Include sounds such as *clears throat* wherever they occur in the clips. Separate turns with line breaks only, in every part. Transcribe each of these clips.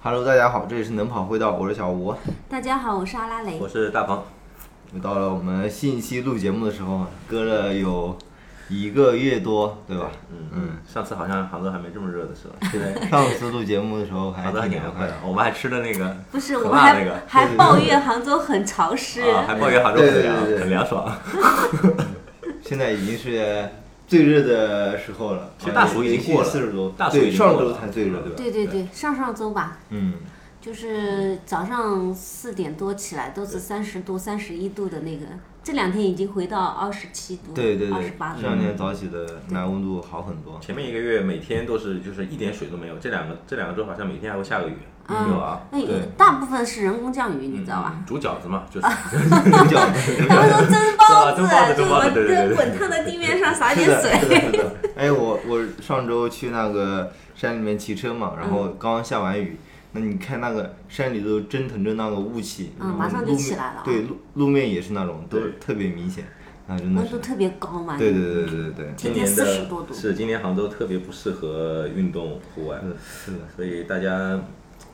Hello，大家好，这里是能跑会道，我是小吴。
大家好，我是阿拉蕾
我。是大鹏，
又到了我们新一期录节目的时候啊，隔了有一个月多，对吧？
嗯嗯，上次好像杭州还没这么热的时候，现在
上次录节目的时候还
杭州还
挺
挺
凉
凉
快
快哦
的
的，。我们还吃了那个
不是，
可
我们
辣
还、
那个，
*laughs* 还抱怨杭州很潮湿。
*laughs* 啊，还抱怨杭州很凉，
对对对对
很
*laughs*
凉爽。
现在已经是最热的时候了，
其实大暑已经过了
四十多，
大暑
对，
已经过
上
了
周才最热，
对吧
*laughs* 对对对，上上周吧，
嗯，
就是早上四点多起来都是三十度、三十一度的那个，这两天已经回到二十七度、
对对
二
对
十八，
这
度。嗯
两天早起的南温度好很多。
前面一个月每天都是就是一点水都没有，这两个这两个周好像每天还会下个雨，
嗯
有啊，
那
对
大部分是人工降雨，你知道吧？
嗯？煮饺子嘛，就是
牛角，
他们说蒸包子，
蒸包子
就
蒸包
我
子嗯对对对
这
对
滚烫的地面上撒点
是的，
水。
是的，是的。哎，我我上周去那个山里面骑车嘛，然
嗯
后刚刚下完雨，那你看那个山里都蒸腾着那个雾气，
嗯
然后
马上就
路
起
面
来了啊
对，路路面也是那种，都
对
特别明显，那
嗯
真的
温
是
度。特别高嘛，
对对对对对对，
今
今
天
年的
40多度
是今年杭州特别不适合运动户外
是，的，是的。
所以大家，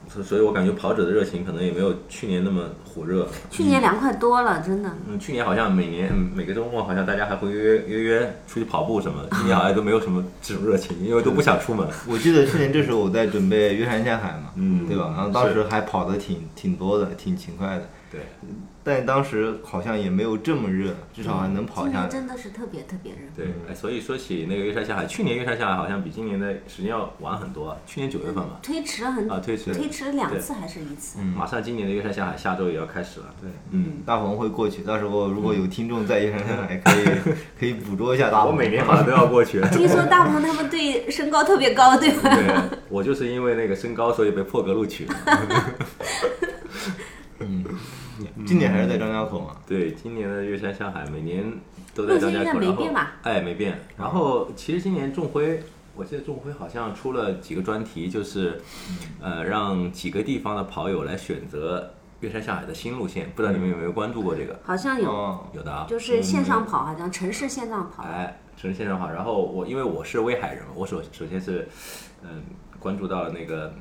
所所以我感觉跑者的热情可能也没有去年那么火热。
去年凉快多了，真的。
嗯，去年好像每年嗯每个周末好像大家还会约约约约出去跑步什么的，今年好像都没有什么这种热情，因为都不想出门。
我记得去年这时候我在准备越山下海嘛，
嗯
对吧？然后当时还跑的挺挺多的，挺勤快的，
对，
但当时好像也没有这么热，至少还能跑
嗯今
下
年
来。
真的是特别特别热。
对，哎，所以说起那个月山下海，去年月山下海好像比今年的时间要晚很多，啊去年九月份嘛，
推迟了很
啊，推迟，
推迟了两
对
次还是一次？
嗯
马上今年的月山下海下周也要开始了。
对，
嗯，
大鹏会过去，到时候如果有听众在 *laughs* 越山下海，可以可以捕捉一下大鹏。
啊
啊
我每年好像都要过去。
听说大鹏他们对身高特别高，对吧？
*laughs* 对，我就是因为那个身高，所以被破格录取。嗯
今年还是在张家口嘛，
对，今年的月山下海每年都在张家
路
口，
线应该没
然后
变吧
哎没变。然后其实今年众辉，我记得众辉好像出了几个专题，就是呃让几个地方的跑友来选择月山下海的新路线，不知道你们有没有关注过这个？
好像有，
哦，
有的啊，
就是线上跑，好像城市线上跑。
哎，城市线上跑。然后我因为我是威海人嘛，我首首先是嗯关注到了那个。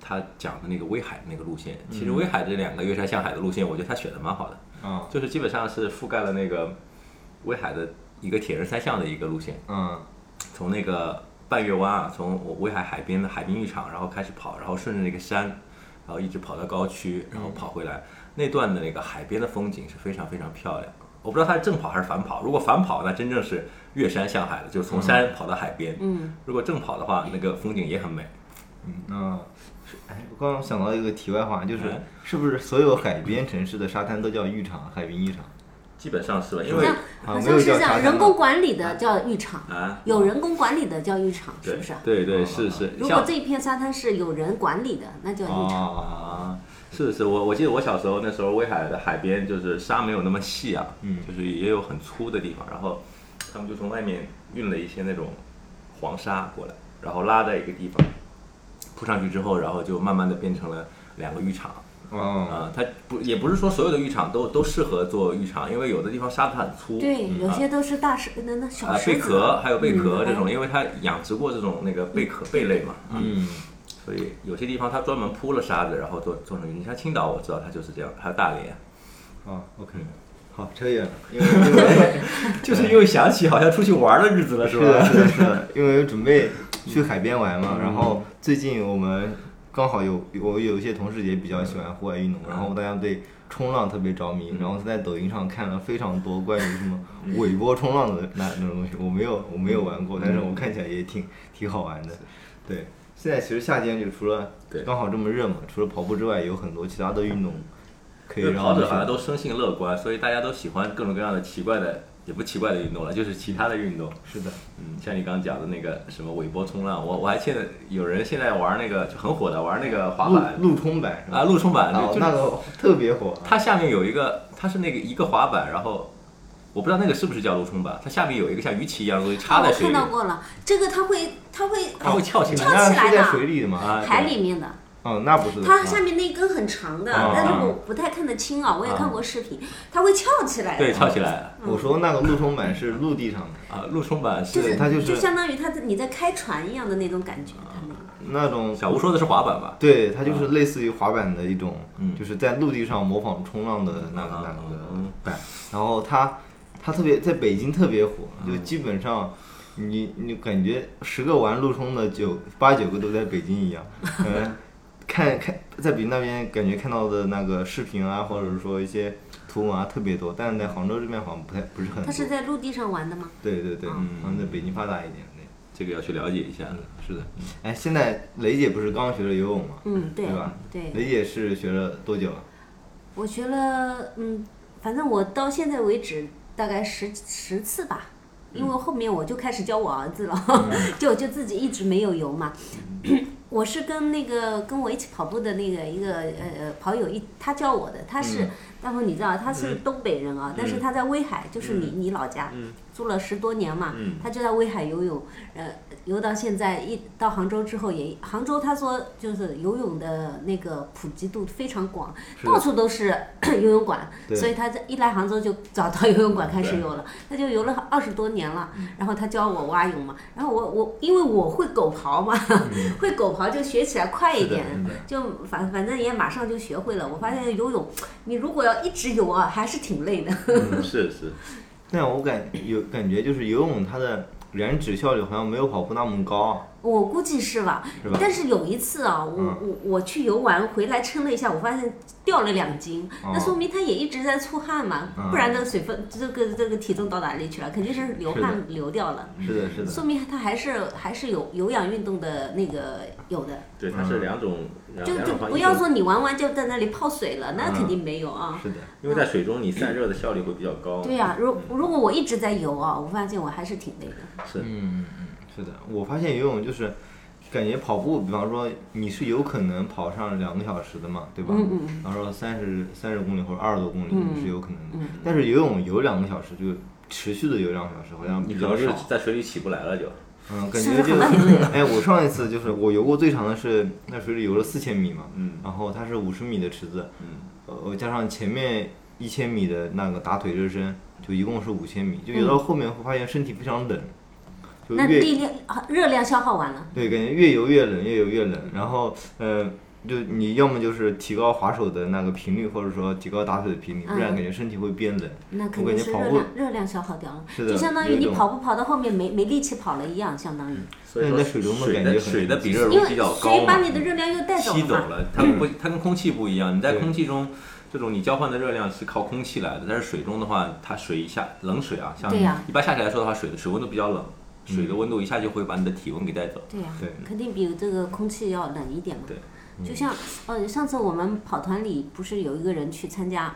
他讲的那个威海那个路线，其实威海这两个月山下海的路线，我觉得他选的蛮好的。
嗯
就是基本上是覆盖了那个威海的一个铁人三项的一个路线，
嗯
从那个半月湾啊，从我威海海边的海滨浴场，然后开始跑，然后顺着那个山，然后一直跑到高区，然后跑回来。那段的那个海边的风景是非常非常漂亮。我不知道它是正跑还是反跑，如果反跑，那真正是越山向海了，就是从山跑到海边；
嗯，
如果正跑的话，那个风景也很美。
嗯，那是哎，我刚刚想到一个题外话，就是
嗯
是不是所有海边城市的沙滩都叫浴场，海滨浴场？啊
基本上是吧？因
好
为
像好像是这样，人工管理的叫浴场，
啊，
有人工管理的叫浴场，是
对
不是？啊哦
对对是是，
如果
像
这一片沙滩是有人管理的，那叫浴场。
哦，
啊，是是，我我记得我小时候那时候威海的海边就是沙没有那么细啊，
嗯
就是也有很粗的地方，然后他们就从外面运了一些那种黄沙过来，然后拉在一个地方铺上去之后，然后就慢慢的变成了两个浴场
嗯
哦，
啊、它不也不是说所有的浴场都都适合做浴场，因为有的地方沙子很粗，
对，
嗯
有
啊
些都是大石，那那小
啊，
石
贝
子
壳还有贝壳
嗯
这种，因为它养殖过这种那个贝壳贝类嘛，啊
嗯，
所以有些地方它专门铺了沙子，然后做做成云。你像青岛，我知道它就是这样，还有大 *laughs* 连，
哦，OK，好，
嗯
扯远了，因为
*laughs*
因为
就是又想起好像出去玩的日子了，
是的，？是
*laughs*
的，是的，因为准备
嗯
去海边玩嘛，然后最近我们刚好有我有一些同事也比较喜欢户外运动，然后大家对冲浪特别着迷，
嗯
然后在抖音上看了非常多关于什么尾波冲浪的那那种东西，我没有我没
嗯
有玩过，但是我看起来也挺挺好玩的，对。现在其实夏天就除了
对
刚好这么热嘛，除了跑步之外，有很多其他的运动可以
因 *laughs* 为
让我
跑
们
者啊好像
去
都生性乐观，所以大家都喜欢各种各样的奇怪的，也不奇怪的运动了，就是其他的运动。
是的，
嗯，像你刚刚讲的那个什么尾波冲浪，我我还现在有人现在玩那个就很火的，玩那个滑板
陆陆冲板是吧
啊，陆冲板，
啊
就
那
是
个特别火啊，
它下面有一个，它是那个一个滑板，然后我不知道那个是不是叫陆冲板，它下面有一个像鱼鳍一样的东西插在
哦我
水
看
里，
到过了，这个它会，它会哎
它会翘起来
翘起
那
来
是在
的
水里的嘛，
啊，对
海里面的，
嗯，那不是的
它
啊
下面那根很长的，
啊
但是我不太看得清啊，我也看过视频，它会翘起来。
对，翘起来了
我说那个陆冲板是陆地上的，
啊，陆冲板
就是
对
是
它就是
就相当于它在你在开船一样的那种感觉，它那个
那种
小吴说的是滑板吧？
对，它就是类似于滑板的一种，
嗯
就是在陆地上模仿冲浪的那个那个
嗯
板。然后它，它特别在北京特别火，就基本上你你感觉十个玩陆冲的九八九个都在北京一样，嗯，看看在北京那边感觉看到的那个视频啊，或者是说一些图文啊特别多，但是在杭州这边好像不太不是很
它是
多。
在陆地上玩的吗？
对对对，
嗯
好像在北京发达一点。对
这个要去了解一下。是的，
哎，现在雷姐不是刚学了游泳吗？
嗯，对
对吧？
对
雷姐是学了多久了？
我学了，嗯，反正我到现在为止大概十十次吧，因
嗯
为后面我就开始教我儿子了， *laughs* 就就自己一直没有游嘛。
嗯
*clears throat* 我是跟那个跟我一起跑步的那个一个呃跑友一，他教我的，他是
嗯，
大鹏你知道他是东北人啊，但是他在威海，就是你你老家
嗯
住了十多年嘛
嗯，
他就在威海游泳，呃游到现在一到杭州之后也杭州他说就是游泳的那个普及度非常广，
是的
到处都是 *clears throat* 游泳馆，
对
所以他这一来杭州就找到游泳馆开始游了，他就游了二十多年了。
嗯
然后他教我蛙泳嘛，然后我我因为我会狗刨嘛， *laughs* 会狗刨就学起来快一点，
嗯是的嗯
就反反正也马上就学会了。我发现游泳，你如果要一直游啊，还是挺累的。
嗯是是，
但我感有感觉就是游泳它的燃脂效率好像没有跑步那么高，啊
我估计是吧？
是吧
但是有一次啊，我、
嗯
我我去游玩回来称了一下，我发现掉了两斤，
哦
那说明他也一直在出汗嘛，
嗯
不然这个水分这个这个体重到哪里去了？肯定是流汗流掉了，
是的，是的，
说明他还是还是有有氧运动的那个有的，
对，它是两种，两
就
两
就
种方
不
式
要说你玩完就在那里泡水了，那
嗯
肯定没有啊。
是的，
因为在水中你散热的效率会比较
哦
高。
对呀、如如果我一直在游啊，我发现我还是挺累的。
是
嗯嗯，是的。我发现游泳就是感觉跑步，比方说你是有可能跑上两个小时的嘛，对吧？
嗯嗯嗯
然后说三十三十公里或者二十多公里
嗯
你是有可能的，
嗯
但是游泳游两个小时就持续的游两个小时好像
你
比
可
较
能就是
少。
在水里起不来了就。
*laughs*
嗯，感
嗯是不
觉
是
就
很累啊
哎，我上一次就是我游过最长的是那水里游了四千米嘛，
嗯
然后它是五十米的池子，
嗯，
呃，我加上前面一千米的那个打腿热身，就一共是五千米，就游到后面会发现身体非常冷，就
嗯那
越
力量啊热量消耗完了，
对，感觉越游越冷，越游越冷。然后，呃，就你要么就是提高划手的那个频率，或者说提高打腿的频率，不然
嗯
感觉身体会变冷。
那肯
我感
定
觉
是
跑
热
步
量热量消耗掉了，
是的
就相当
有
于
一
你
种嗯
跑步跑到后面没没力气跑了一样，相当于，
所以
那
说
你在水中的
水
感
的
觉很
水的比热
因
容比
为
较高
谁把
嘛，
你的热量又带走
吸
了
走
嘛？
了，它不，它跟空气不一样。你在空气中，这种你交换的热量是靠空气来的，但是水中的话，它水一下冷水啊，像
对呀
一般下体来说的话，水的水温度比较冷，水的温度一下就会把你的体温给带走。
对呀、
对
肯定比这个空气要冷一点嘛。
对
嗯
就像呃，上次我们跑团里不是有一个人去参加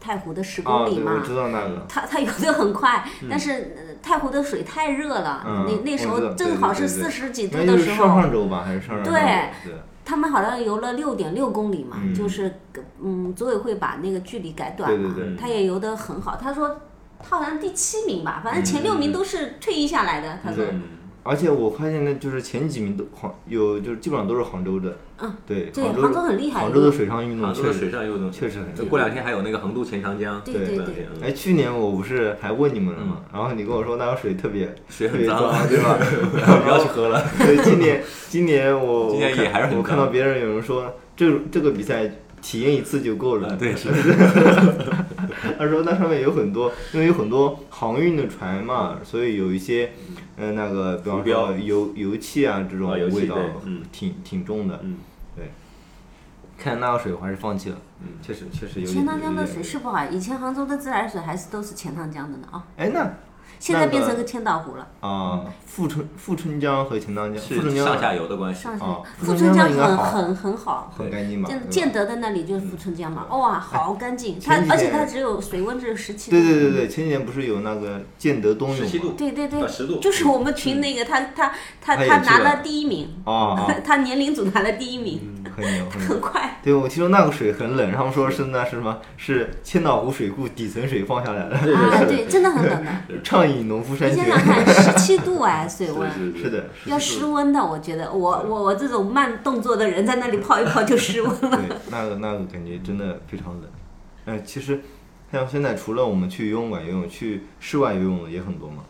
太湖的十
啊，
公里
对，
嘛？
我知道嗯那个。
他他游得很快，但是、呃太湖的水太热了，
嗯
那那时
我知道
候
对
正好
对
是
对
四十几度
那
的
就是
时
上
候，
上周吧，还是上上周？
对
对，
他们好像游了六点六公里嘛，
嗯
就是嗯，组委会把那个距离改短
对对
嘛，
对
他也游得很好。他说他好像第七名吧，反正前
嗯
六名都是退役下来的。他说
对，
嗯
而且我发现呢，就是前几名都杭有，就是基本上都是杭州的。
嗯，
对，
对
杭州
杭州很厉害嗯
杭州的水上运动
杭
嗯
州
确
的
实
水上运动
确实很厉害
过两天还有那个横渡钱塘江，
对
对
对
过两
对
天，
哎，去年我不是还问你们了吗？
嗯
然后你跟我说那个水特别
水
特
很
别
脏
*laughs*
啊，
对吧？
嗯 *laughs* 不要去喝了。
*laughs* 所以今年今年我
*laughs* 今年
我看
也还是很
我看
脏
到别人有人说这这个比赛体验一次就够了。
啊对，是
*laughs* 他说那上面有很多，因为有很多航运的船嘛，所以有一些嗯、呃那个比方
浮标
说油油气啊这种
啊油气
味道
对嗯
挺挺重的。
嗯，
对。看那个水，我还是放弃了。嗯，确实确实有点。
钱塘江的
有点
水是不好，以前杭州的自来水还是都是钱塘江的呢啊，
哎那
现
那
在
个
变成个千岛湖了。
啊，富春富春江和钱塘江，富春
嗯是
江
上下游的关系。
上次
哦
富春江
富春江应该
很
好
很很好，
很干净吧？对
建
吧
建德的那里就是富春江嘛，哇，好干净！它
前几
而且
年
它只有水温只有十七度。
对对对对，前几年不是有那个建德冬泳吗？
17度
对对
啊
对，
10度
就是我们群那个他他他
嗯他也
他
去
拿
了
了第一名，
*laughs* 啊，嗯
他年龄组拿了第一名，
很牛很
很
牛。
快，
对，我听说那个水很冷，然后说是那是什么？是千岛湖水库底层水放下来的，
对对
啊，
是
对，真的很冷的。
*laughs* 畅饮农夫山
你
泉
想。想看，十七度哎，水温。
是
是的，
要失温的，我觉得我我我这种慢动作的人在那里泡一泡就失温
*laughs*
了。
对，那个那个感觉真的非常冷。哎，其实像现在除了我们去游泳馆游泳，去室外游泳的也很多嘛。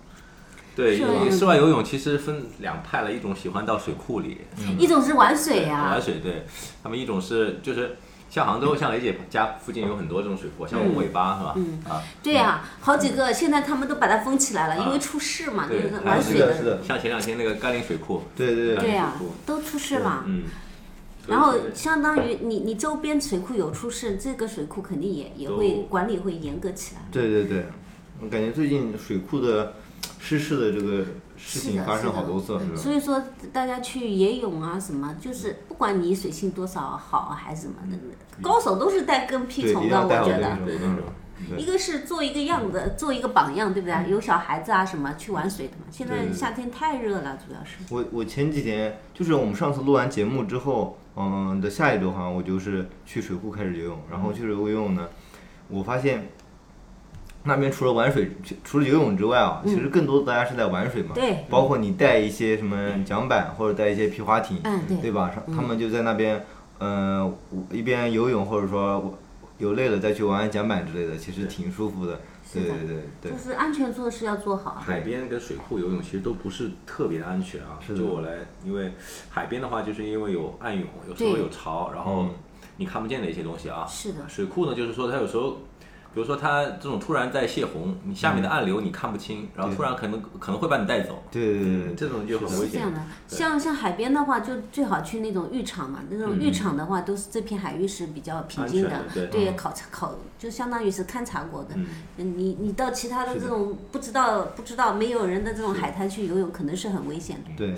对，
是
因
的
为室外游泳其实分两派了，一种喜欢到水库里
嗯
一种是玩水呀、
玩水，对他们一种是就是像杭州，像雷姐家附近有很多这种水库，像五尾巴是吧？
嗯
啊，
对呀、好几个现在他们都把它封起来了，因为出事嘛，
对
那个，
还有
玩水
那
啊是的是的
像前两天那个甘霖水库，
对对
对
对，
呀、
水库
都出事了。
嗯，
然后
对对对
相当于你你周边水库有出事，这个水库肯定也也
都
会管理会严格起来。
对对对，我感觉最近水库的失事的这个事
是
情
的
发
是
生
的
好多次，是吧？
所以说，大家去野泳啊什么，就是不管你水性多少好还是什么的，高手都是带跟屁
对，一
虫
定
的，
要
我
带好
觉
这
得。
种
对嗯
嗯对
一个是做一个样子，做一个榜样，对不对？有小孩子啊什么去玩水的嘛。现在夏天太热了，主要是。
我我前几天就是我们上次录完节目之后，嗯的下一周好像我就是去水库开始游泳，然后去水库游泳呢，我发现那边除了玩水，除除了游泳之外啊，其实更多的大家是在玩水嘛，
嗯对，
包括你带一些什么桨板或者带一些皮划艇，
嗯对
对吧？他们就在那边，呃，我一边游泳或者说我游累了再去玩玩桨板之类的，其实挺舒服的，
是
对
的
对对对
就。是安全措施要做好啊。
海边跟水库游泳其实都不是特别的安全啊。
是的
就我来，因为海边的话，就是因为有暗涌，有时候
对
有潮，然后
嗯
你看不见的一些东西啊。
是的
水库呢，就是说它有时候，比如说它这种突然在泄洪，你下面的暗流你看不清，然后突然可能可能会把你带走，
对对对对，
这种就很危
是这
险
样。的，像像海边的话，就最好去那种浴场嘛。那种浴场的话，都是这片海域是比较平静
嗯安全的对
对，考察考就相当于是勘察过的。
嗯
你你到其他的
是的
这种不知道不知道没有人的这种海滩去游泳，可能是很危险的。
对，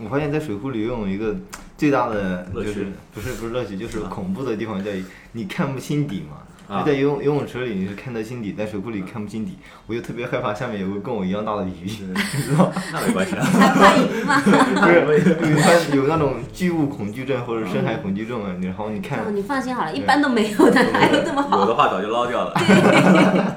我发现在水库里游泳一个最大的
乐
就
趣
是不是不是乐趣，就是恐怖的地方在于你看不清底嘛。
啊
就在游泳游泳池里你是看得清底，在水库里看不清底，我就特别害怕下面有个跟我一样大的 *laughs* 鱼，你知道吗？
*laughs* 那没关系啊。
还怕鱼吗？
*laughs*
不是有那有那种巨物恐惧症或者深海恐惧症啊，然后你
哦
看
你放心好了，一般都没有的，哪有这么
有
好？
的话早就捞掉了。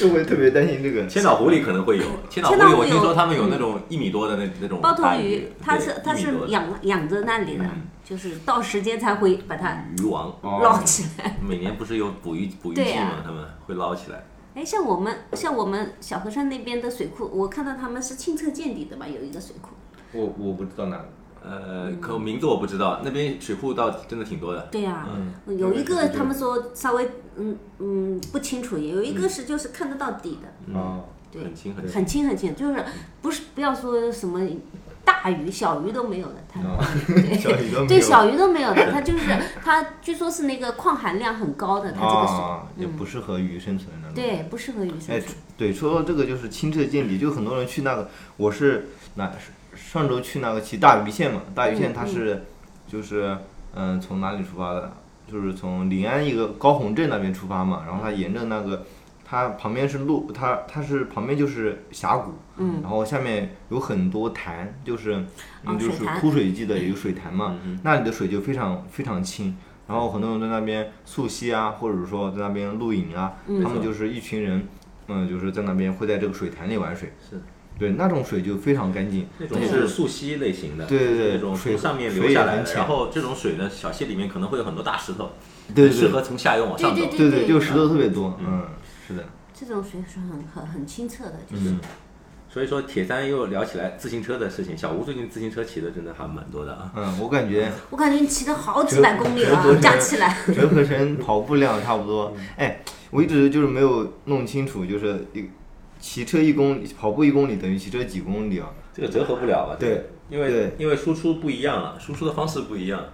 就会特别担心这个。
千岛湖里可能会有，千岛湖
千岛
里
湖
我听
有
说他们有那种一米多的那那种
包
大
头鱼，它是它是
养
养养着那里的，就是到时间才会把它
鱼王，
哦
捞起来。 *laughs*
每年不是有捕鱼捕鱼
对
季
啊
吗？他们会捞起来。
哎，像我们像我们小河山那边的水库，我看到他们是清澈见底的吧，有一个水库。
我我不知道哪个，
呃，
嗯
可名字我不知道，那边水库倒真的挺多的。
对呀、
嗯
有一个他们说稍微嗯嗯不清楚，有一个是就是看得到底的，
啊，
对
很清很清。
很清很清，就是不是不要说什么大鱼小鱼都没有的，它
啊小鱼都没有。
对小鱼都没有的，它就是它据说是那个矿含量很高的，它这个水。
啊，也不适合鱼生存的。
对，不适合鱼
哎
生存。，
对，说到这个就是清澈见底，就很多人去那个，我是哪上周去那个骑大鱼线嘛，大鱼
嗯
线它是、就是嗯、从哪里出发的？就是从临安一个高洪镇那边出发嘛，然后它沿着那个它旁边是路，它它是旁边就是峡谷，
嗯，
然后下面有很多潭，就是、嗯
哦
就
水
是
潭
枯水季的有水潭嘛，那里的水就非常非常清。然后很多人在那边溯溪啊，或者说在那边露营啊，
嗯
他们就是一群人，嗯，就是在那边会在这个水潭里玩水。
是，
对，那种水就非常干净。
那种
对
是溯溪类型的，
对对对
那种
水
从上面
水
流
也
下来
很
的，
浅
然后这种水呢，小溪里面可能会有很多大石头，
对
很适
对
合从下游往上走
对。
对对，就石头特别多。嗯，是的，
这种水是很很很清澈的，就是、
嗯
所以说，铁三又聊起来自行车的事情，小吴最近自行车骑的真的还蛮多的啊。
嗯，我感觉
我感觉你骑了好几百公里了
折折，
加起
*laughs*
来。
折合成跑步量差不多。
嗯
哎，我一直就是没有弄清楚，就是一骑车一公里，跑步一公里等于骑车几公里啊？
这个折合不了吧？
对
这个因为
对
因为输出不一样了，输出的方式不一样。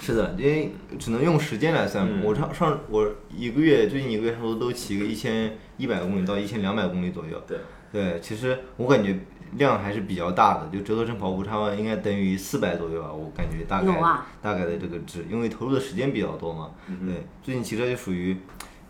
是的，因为只能用时间来算。
嗯
我上上我一个月最近一个月差不多都骑个一千一百公里到一千两百公里左右。
对，
对，其实我感觉量还是比较大的，就折合成跑步差不多应该等于四百左右吧，我感觉大概、
有啊
大概的这个值，因为投入的时间比较多嘛。
嗯
对，最近骑车就属于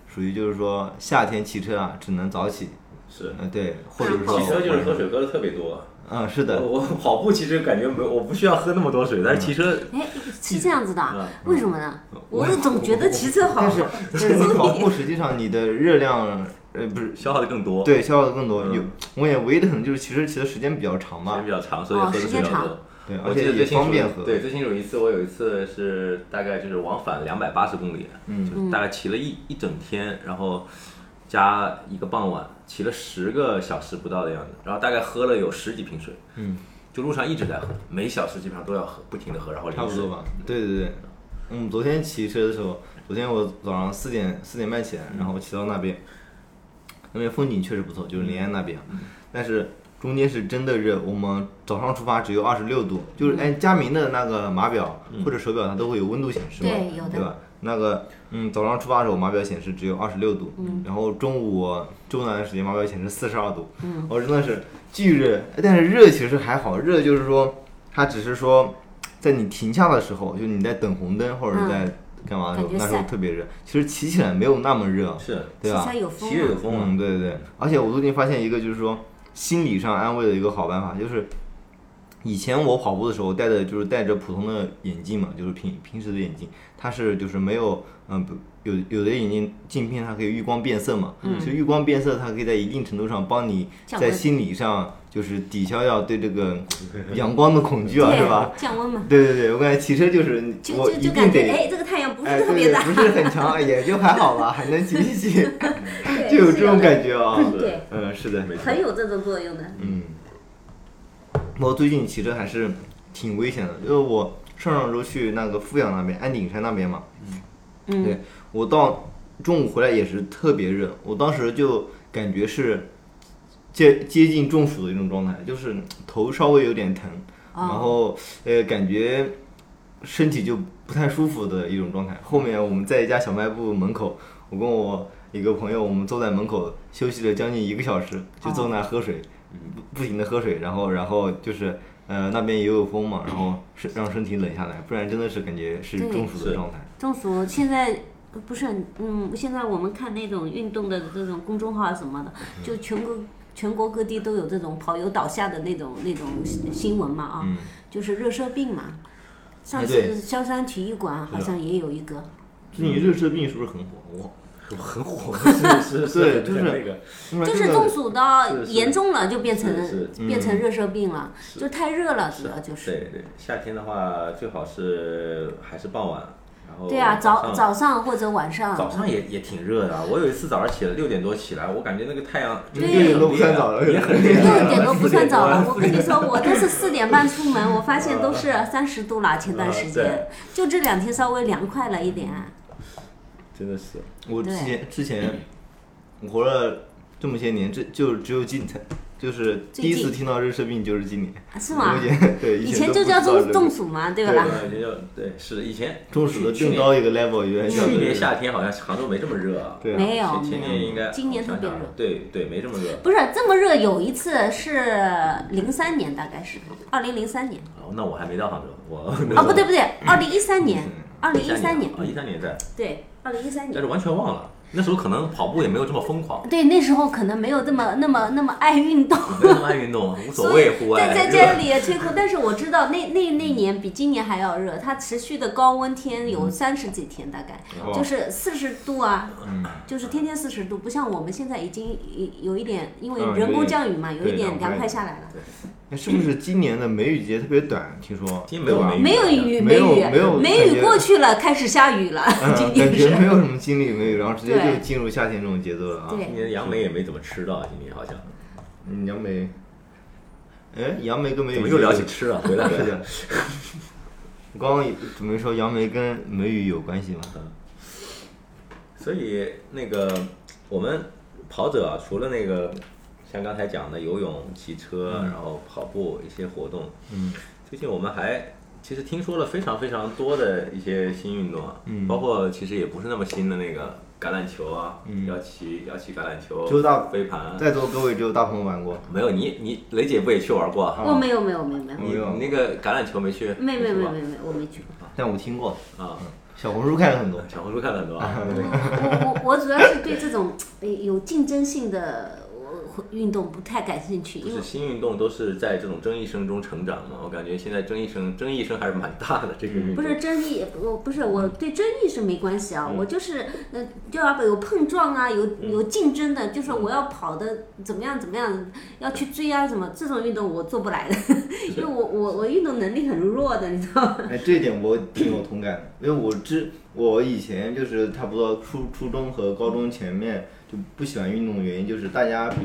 属于就是说夏天骑车啊，只能早起，
是
呃对，或者
嗯
说
骑车就是喝水喝的特别多，
嗯，是的，
我我跑步其实感觉没有，我不需要喝那么多水，
嗯
但是骑车
哎，是这样子的啊，为什么呢？
我
我是总觉得骑车好，
但 *laughs* 是
就是
你跑步实际上你的热量，呃，不是，
消耗的更多，，
对，消耗的更多。
嗯
有，我也唯一的可能就是骑车骑的时间比较长
时间
嘛，
比较长，所以
哦
喝的
时
水
间
比较
长
多。
对，
我
而
记得
且
最
也
清楚
方便喝。
对，最清楚一次，我有一次是大概就是往返两百八十公里，
嗯
就是大概骑了一一整天，然后加一个傍晚，骑了十个小时不到的样子，然后大概喝了有十几瓶水，
嗯，
就路上一直在喝，每小时基本上都要喝，不停的喝，然后
差
零
不
食
多吧。对对对，嗯，昨天骑车的时候，昨天我早上四点四点半起来，然后骑到那边，那边风景确实不错，就是临安那边啊，
嗯
但是。中间是真的热，我们早上出发只有二十六度，
嗯
就是哎，佳明的那个码表或者手表它都会有温度显示嘛，
对有的
对吧？那个嗯，早上出发的时候码表显示只有二十六度，
嗯
然后中午中午那段时间码表显示四十二度，
嗯
我真的是巨热，哎但是热其实还好，热就是说它只是说在你停下的时候，就你在等红灯或者是在干嘛的时候，
嗯感觉
那时候
晒
特别热，其实骑起来没有那么热，
是
对啊吧
骑车？有风啊
骑着有
嘛，
风
嗯，
嘛，
对对对，而且我最近发现一个，就是说心理上安慰的一个好办法，就是以前我跑步的时候戴的就是戴着普通的眼镜嘛，就是平平时的眼镜，它是就是没有嗯不有有的眼镜镜片它可以遇光变色嘛，其实遇光变色它可以在一定程度上帮你
嗯降
在
温
心理上就是抵消掉对这个阳光的恐惧啊，是吧
对，？降温嘛，
对对对，我感觉骑车就是
就
我
就
一
就
定
感觉
得
哎，这个太阳不是
哎，对
特别
对，
大，
不是很长，哎也就还好吧，还能骑一骑，就有
是
这种
的
感觉啊、
对，
嗯，是的，没错。
很有这种作用的。
嗯，我最近骑车还是挺危险的，因为我上上周去那个富阳那边，安顶山那边嘛，
嗯，
对我到中午回来也是特别热，我当时就感觉是接接近中暑的一种状态，就是头稍微有点疼，然
哦，
后呃感觉身体就不太舒服的一种状态。后面我们在一家小卖部门口，我跟我一个朋友，我们坐在门口休息了将近一个小时，就坐那儿喝水，不不停的喝水，然后然后就是呃那边也有风嘛，然后是让身体冷下来，不然真的是感觉是
对
中暑的
是
状态。
中暑现在呃不是很，嗯，现在我们看那种运动的这种公众号啊什么的，就全国全国各地都有这种跑友倒下的那种那种新新闻嘛啊，
嗯，
就是热射病嘛。上
哎
次
对
萧山体育馆好像也有一个，
最近热射病是不是很火？我
很火，是
*laughs*
是
对
是，
就是
那个，
就是中暑到
是是
严重了就变成
是
变成热射病了，就太热了，主要就是。
对对，夏天的话最好是还是傍晚，然后
对啊，早
上
早上或者晚上，
早上也也挺热的啊，我有一次早上起来六点多起来，我感觉那个太阳
对
也很
嗯六点多不算
烈啊
早了
也很烈啊
六点都不算早了。
四
我
点
跟你说，我都是四点半出门，我发现都是三十度了。前段时
啊
间，就这两天稍微凉快了一点。
真的是
我之
对
前之前我活了这么些年，这就只有今才就是第一
最
次
近
听到热射病就是今年，
是吗
我以前对，
以
前
前
都
就
不知
叫
道热
中
射
中
病
暑嘛，对
对
吧？
对，就对，是的以前
中暑的
去
更高一个 level，原来
去
叫
年去
热
年
射
夏天好像杭州没这么热啊，
对啊
没有，
前前
没
年
有。
应该
今年特别
我想想啊
热
对对，没这么热。
不是这么热，有一次是零三年，大概是二零零三年
哦，那我还没到杭州，我
啊，不对不对，二零一三年，二零一三年，
啊一三年在，
对，二零一三年
但。是完全忘了，那时候可能跑步也没有这么疯
*laughs*
狂，
对，那时候可能没有这么那么那么爱运动，
没有那么爱运动，无所谓
所
户
以
外。
在在
是吧
家里也吹空，但是我知道那那那年比今年还要热，它持续的高温天有三十几天，大概、
哦
就是四十度啊，就是天天四十度，不像我们现在已经有有一点，因为
嗯
人
有
工
点
降雨嘛，有
对
一点
凉
凉
快
快下来了。
哎是不是今年的梅雨节特别短？听说
今年没有
对吧
梅
没有雨，
没有
雨，
没有
梅
感
雨
觉
过去了，开始下雨了， *laughs* 今
嗯，
年
感觉没
是。
有什么精力没有，然后直接
对
就进入夏天这种节奏了啊。
对
今年杨梅也没怎么吃到，今年好像
嗯，杨梅，哎，杨梅跟梅雨
怎么又聊起
节
吃
*laughs*
了？回来回
是
来
的。我刚刚准备说杨梅跟梅雨有关系吗？
嗯所以那个我们跑者啊，除了那个像刚才讲的游泳、骑车，然后跑步一些活动，
嗯，
最近我们还其实听说了非常非常多的一些新运动啊，
嗯
包括其实也不是那么新的那个橄榄球啊，
嗯
要骑要骑橄榄球，
就到
飞盘啊，
在座各位只有大鹏玩过，
没有你你雷姐不也去玩过啊？
哦我没有没有没有没有
你
没有
你那个橄榄球没去？
没有没有没
去
有
吧
没有没有，我没去过。
但我听过，
啊，
小红书看了很多。
小
*laughs*
红书看了很多啊。
哎我我我主要是对这种呃有竞争性的我运动不太感兴趣，
就
因为
是新运动都是在这种争议声中成长嘛，我感觉现在争议声争议声还是蛮大的这个运动。
嗯不是争议，我不是
嗯
我对争议是没关系啊，我就是呃就要有碰撞啊，有
嗯
有竞争的，就是我要跑的怎么样怎么样，要去追啊什么，这种运动我做不来的， *laughs* 因为我我我运动能力很弱的，你知道吗？
嗯
哎，这一点我挺有同感的，因为我之我以前就是差不多初初中和高中前面就不喜欢运动的原因，就是大家比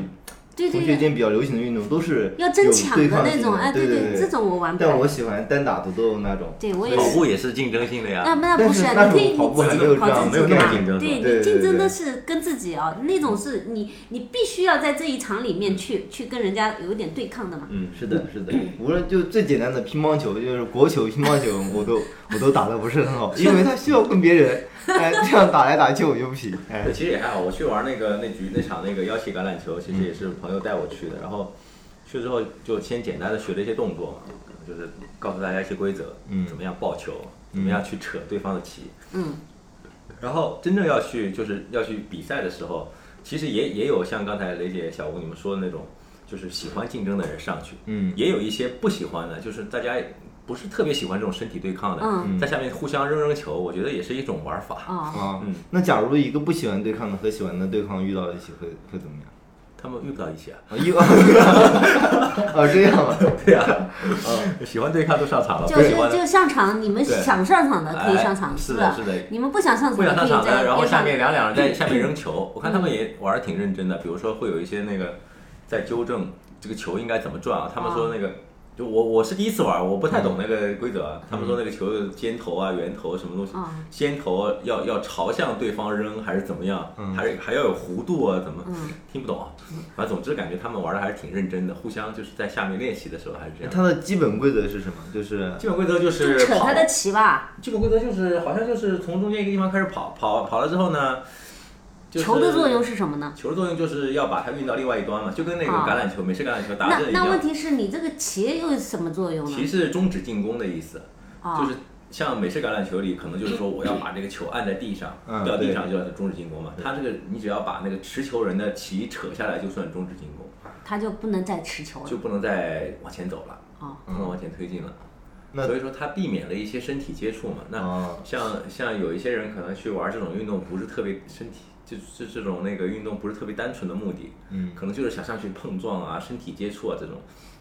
对
同
对
学
对，
间比较流行的运动都是
要争
有
抢
对
的
抗
那
性
种，哎，
对
对，这
对。
种我玩不
但
来
我。喜欢单打独斗那种，
对我也
跑
是。
步也是竞争性的
那
呀，
那
但
不
是
啊
那
你可以
种跑步
你自
还
己
没有
跑
这样
自
没有
己
那么
嘛
竞争
对
对
对
你竞争
对
的是跟自己哦，那种是你你必须要在这一场里面去去跟人家有一点对抗的嘛。
嗯，
是的，是的，无论就最简单的乒乓球，就是国球、乒乓球，我都我都打得不是很好，因为它需要跟别人，哎，这样打来打去我就不行，哎
*laughs* 对，，其实也还好。我去玩那个那局那场那个腰旗橄榄球，其实也
嗯
是朋友带我去的。然后去之后就先简单的学了一些动作嘛，就是告诉大家一些规则，
嗯
怎么样抱球，怎么样去扯对方的旗。
嗯，
然后真正要去就是要去比赛的时候，其实也也有像刚才雷姐、小吴你们说的那种，就是喜欢竞争的人上去，
嗯，
也有一些不喜欢的，就是大家不是特别喜欢这种身体对抗的，
嗯
在下面互相扔扔球，我觉得也是一种玩法。
哦，
啊
嗯，
那假如一个不喜欢对抗的和喜欢的对抗遇到一起会会怎么样？
他们遇不到一起啊， *laughs*
啊，又啊，这样啊，
对呀、啊，喜欢对抗都上场了，
就
啊不喜
是
欢的
就上场，你们
对
想上场的可以
哎
上场，
是
吧
的，？是的。
你们不想上场
不想
的可
上
以在
场
边
的，然后下
上嗯
面两两
*laughs*
人在下面扔球，我看他们也玩的挺认真的。比如说会有一些那个在纠正这个球应该怎么转啊，他们说那个。就我我是第一次玩，我不太
嗯
懂那个规则啊。他们说那个球的尖头啊、圆头什么东西，
嗯
尖头要要朝向对方扔还是怎么样，
嗯
还是还要有弧度啊，怎么、
嗯
听不懂啊？反正总之感觉他们玩的还是挺认真的，互相就是在下面练习的时候还是这样。
它的基本规则是什么？就是
基本规则就是
就扯
跑
他的旗吧，
基本规则就是好像就是从中间一个地方开始跑，跑跑了之后呢，就是、
球的作用，是什么呢？
球的作用就是要把它运到另外一端嘛，就跟那个
啊
橄榄球、美式橄榄球打
那
阵一
那问
样。
题是你这个旗又是什么作用
其
呢？
是终止进攻的意思，就
啊
是像美式橄榄球里可能就是说我要把这个球按在地上，
嗯
掉地
对
上就要终止进攻嘛。他这个你只要把那个持球人的旗扯下来就算终止进攻，
他就不能再持球了
就不能再往前走了，
啊。
不能往前推进了。
嗯那
所以说他避免了一些身体接触嘛。那
啊，
像像有一些人可能去玩这种运动，不是特别身体，就就这种那个运动不是特别单纯的目的，
嗯，
可能就是想上去碰撞啊、身体接触啊这种，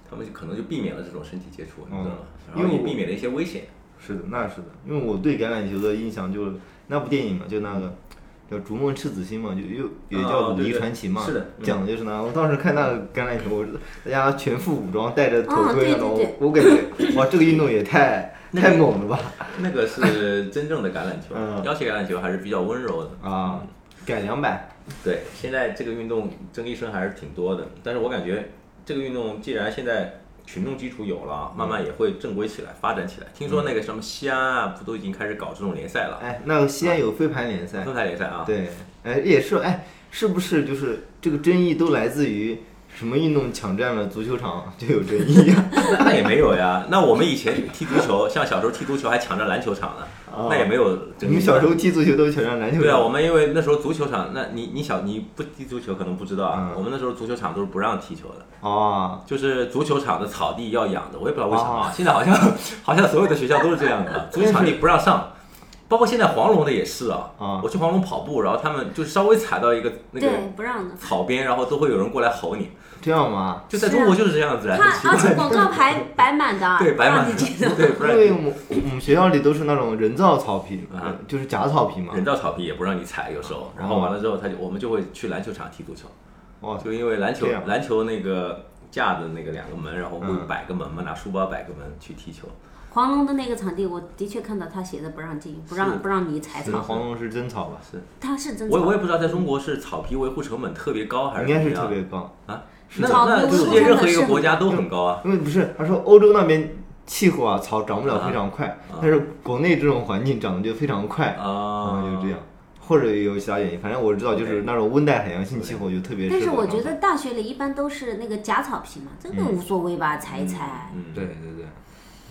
他们就可能就避免了这种身体接触，你知道吗？
嗯
然后
因为
也
我
避免了一些危险。
是的，那是的，因为我对橄榄球的印象就是那部电影嘛，就那个叫《逐梦赤子心》嘛，就又也叫
嗯哦
《
对
鲁尼
对
传奇》嘛，
是的嗯
讲的就是那个。我当时看那个橄榄球，我大家全副武装，戴着头
哦
盔那
对
种，
对对
我我感觉哇，这个运动也太太猛了吧！
那个是真正的橄榄球
嗯，
腰旗橄榄球还是比较温柔的。
啊，改两百，
对，现在这个运动争议声还是挺多的，但是我感觉这个运动既然现在群众基础有了，
嗯
慢慢也会正规起来、发展起来。听说那个什么西安啊，不都已经开始搞这种联赛了？
哎，那个西安有飞盘联赛
分，开联赛
嗯
啊，
对，哎，也是，哎，是不是就是这个争议都来自于什么运动抢占了足球场就有争议啊？
那那也没有呀。那我们以前踢足球，像小时候踢足球还抢着篮球场呢，
哦
那也没有
你
*laughs* 争议。
们小时候踢足球都抢占篮球场？
对啊，我们因为那时候足球场，那你你小你不踢足球可能不知道啊，
嗯
我们那时候足球场都是不让踢球的，
哦，
就是足球场的草地要养的，我也不知道为什么啊，
哦
*laughs* 现在好像好像所有的学校都是这样的啊，足球场地不让上。包括现在黄龙的也是啊，
啊
我去黄龙跑步，然后他们就是稍微踩到一个那个
对，不让的。
草边，然后都会有人过来吼你，
这样吗？
就在
是啊
中国就是这样子啊，很奇
他而且
怪，
广告
*laughs*
牌摆满的，啊
对，白
让
马，
你进
*laughs*
的。
对，不
因
然
为我们我们学校里都是那种人造草皮，
啊
就是假草皮嘛。
人造草皮也不让你踩，有时候，然后完了之后，他就我们就会去篮球场踢足球，
哦，
就因为篮球
这样
篮球那个架子那个两个门，然后会
嗯
摆个门嘛，拿书包摆个门去踢球。
黄龙的那个场地，我的确看到他写的不让进，不
是
让不让你踩
可能
草，
黄龙是真草吧？
他是真
我我
草
也不知道在中国是草皮维护成本特别高还
应
是
该是
怎
特
么样
别高，
啊？
是
那
草皮
那
维护
世界任何一
成本
个
是
国家都很高啊。
因为不是，他说欧洲那边气候啊，草长不了
啊
非常快，
啊
但是国内这种环境长得就非常快，
啊
然嗯后就这样，或者有其他原因，反正我知道就是
OK
那种温带海洋性气候就特别适合
但是我
长
觉得大学里一般都是那个假草皮嘛，这个
嗯
无所谓吧，踩一踩。
嗯，
对对对，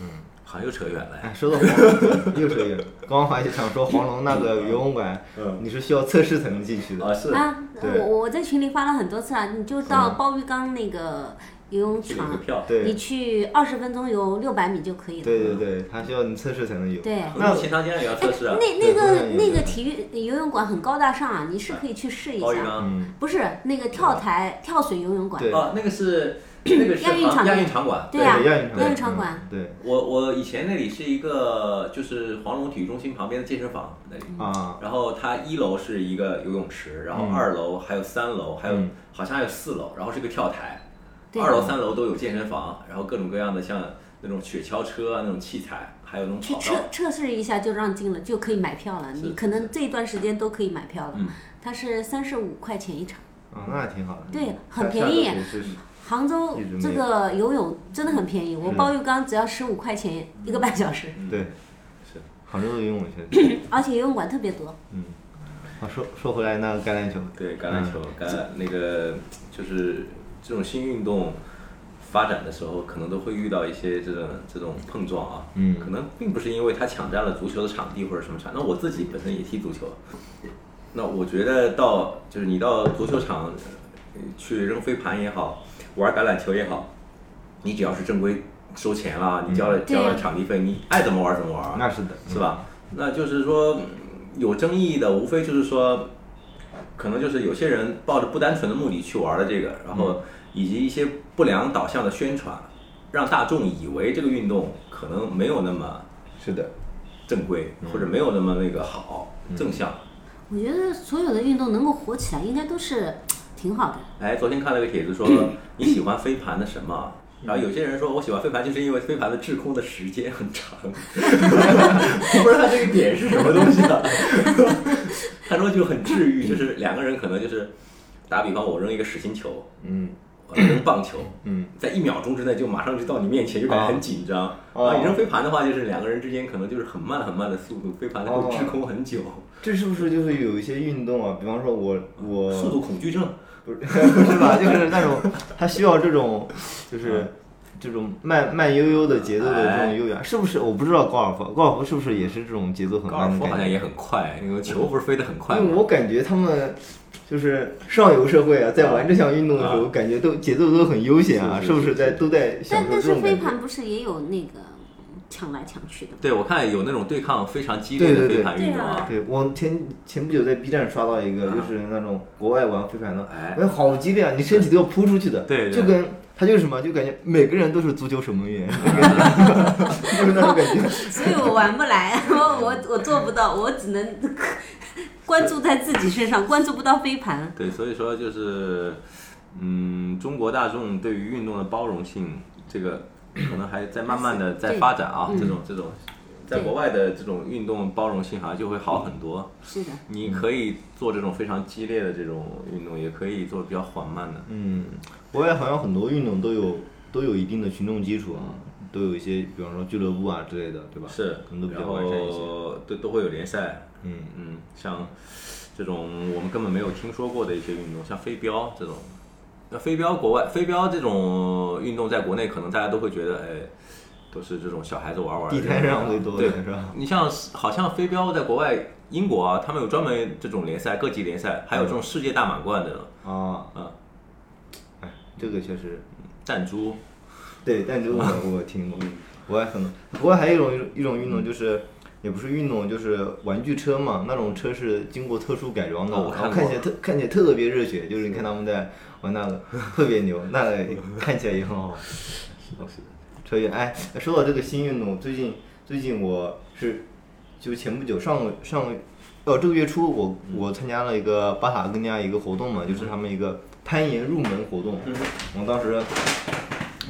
嗯，
好像又扯远了呀。
哎，说到黄， *laughs* 又说一个，刚还想说黄龙那个游泳馆，
嗯，
你是需要测试才能进去的。
啊是，
啊，
对
我我在群里发了很多次啊，你就到鲍鱼缸那个游泳
去领个
场，
票。
对
你，去二十分钟游六百米就可以了。
对对对，它需要你测试才能游。
对哎
那
钱塘江也要测试啊
那，
对
那
不
个
能游
那
泳
个体育游泳馆很高大上啊，你
哎
是可以去试一
鲍鱼
下。
缸。
嗯，
不是那个跳台跳水游泳馆，
对
哦，那
*clears throat*
个是那个是
亚运场
航亚运场馆。
对啊呀
亚运场
亚运场馆
嗯对
我我以前那里是一个就是黄龙体育中心旁边的健身房那里，
嗯
啊，
然后它一楼是一个游泳池，然后
嗯
二楼还有三楼，还有
嗯
好像还有四楼，然后是个跳台，
对
二楼三楼都有健身房，然后各种各样的像那种雪橇车啊那种器材，还有那种
去
跑
测
道。
测试一下就让进了，就可以买票了。你可能这一段时间都可以买票了
嗯。
它是三十五块钱一场，
啊，那挺好的。
对，很便宜。杭州
一直没
这个游泳真的很便宜，我
是
包浴缸只要十五块钱一个半小时，
对，
是
杭州的游泳圈。
*laughs* 而且游泳馆特别多。
嗯，啊，说说回来那个橄榄球，
对，橄
嗯
榄球，橄榄那个就是这种新运动发展的时候，可能都会遇到一些这种这种碰撞啊。
嗯
可能并不是因为它抢占了足球的场地或者什么场。那我自己本身也踢足球，那我觉得到就是你到足球场呃去扔飞盘也好，玩橄榄球也好，你只要是正规收钱了，你交了、
对
交
呀
了场地费，你爱怎么玩怎么玩啊。
嗯那是的，嗯
是吧？那就是说，嗯有争议的无非就是说，可能就是有些人抱着不单纯的目的去玩了这个，然后以及一些不良导向的宣传，让大众以为这个运动可能没有那么
是的，
正规，或者没有那么那个好正向。
我觉得所有的运动能够火起来，应该都是挺好的。
哎，昨天看了个帖子说
嗯
你喜欢飞盘的什么？然后有些人说我喜欢飞盘，就是因为飞盘的滞空的时间很长， *laughs* 我不知道他这个点是什么东西啊。他说就很治愈，就是两个人可能就是打比方，我扔一个实心球，
嗯
我扔棒球，
嗯，
在一秒钟之内就马上就到你面前，就感觉很紧张。啊，
哦
你扔飞盘的话，就是两个人之间可能就是很慢很慢的速度，飞盘它会
哦
滞空很久，
这是不是就是有一些运动啊？比方说我我
速度恐惧症。
不 *laughs* 是不是吧？就是那 *laughs* 种他需要这种就是。这种慢慢悠悠的节奏的这种优雅，是不是？我不知道高尔夫，高尔夫是不是也是这种节奏很
高尔
慢的
夫好
感
像
觉？
也很快，那个球不是飞得很快
因为
吗？
我感觉他们就是上游社会啊，在玩这项运动的时候，
啊
感觉都节奏都很悠闲啊，
是是
是不是在
是是
都在享受
但但
这
是
种
飞
感觉？
盘不是也有那个抢来抢去的吗？
对，我看有那种对抗非常激烈
对
的
对
飞盘
对
运动啊，
对，我前前不久在 B 站刷到一个，
啊
就是那种国外玩飞盘的，
哎
哎，好激烈啊！你身体都要扑出去的，
对对
就跟他就是什么，就感觉每个人都是足球守门员，
*laughs*
就是那种感觉。
所以我玩不来， *laughs* 我我我做不到，我只能 *laughs* 关注在自己身上，关注不到飞盘。
对，所以说就是，嗯，中国大众对于运动的包容性，这个可能还在慢慢的在发展啊，这种这种，在国外的这种运动包容性好像就会好很多。
是的，
你可以做这种非常激烈的这种运动，也可以做比较缓慢的。
嗯，国外好像很多运动都有都有一定的群众基础啊，都有一些，比方说俱乐部啊之类的，对吧？
是
可能都比
然
较完善一些。
后对都会有联赛，
嗯，
嗯，像这种我们根本没有听说过的一些运动，像飞镖这种。那飞镖国外飞镖这种运动，在国内可能大家都会觉得，哎，都是这种小孩子玩玩的。啊
地摊上最多的
对
是吧？
你像好像飞镖在国外英国啊，他们有专门这种联赛，各级联赛，还有这种世界大满贯这种
啊，
啊，
哎，这个确
*laughs*
实，
弹珠。
对，弹珠我
*laughs*
我听
嗯
过，国外很多，国外还有一种一种运动就是。也不是运动，就是玩具车嘛。那种车是经过特殊改装的，
哦我
然后
看
看
过
起来特看起来特别热血，就是你看他们在玩那个，特别牛，那个
*laughs*
看起来也很好玩。扯远，哎，说到这个新运动，最近最近我是就前不久上个上个哦这个月初我我参加了一个巴塔哥尼亚一个活动嘛，就是他们一个攀岩入门活动。我当时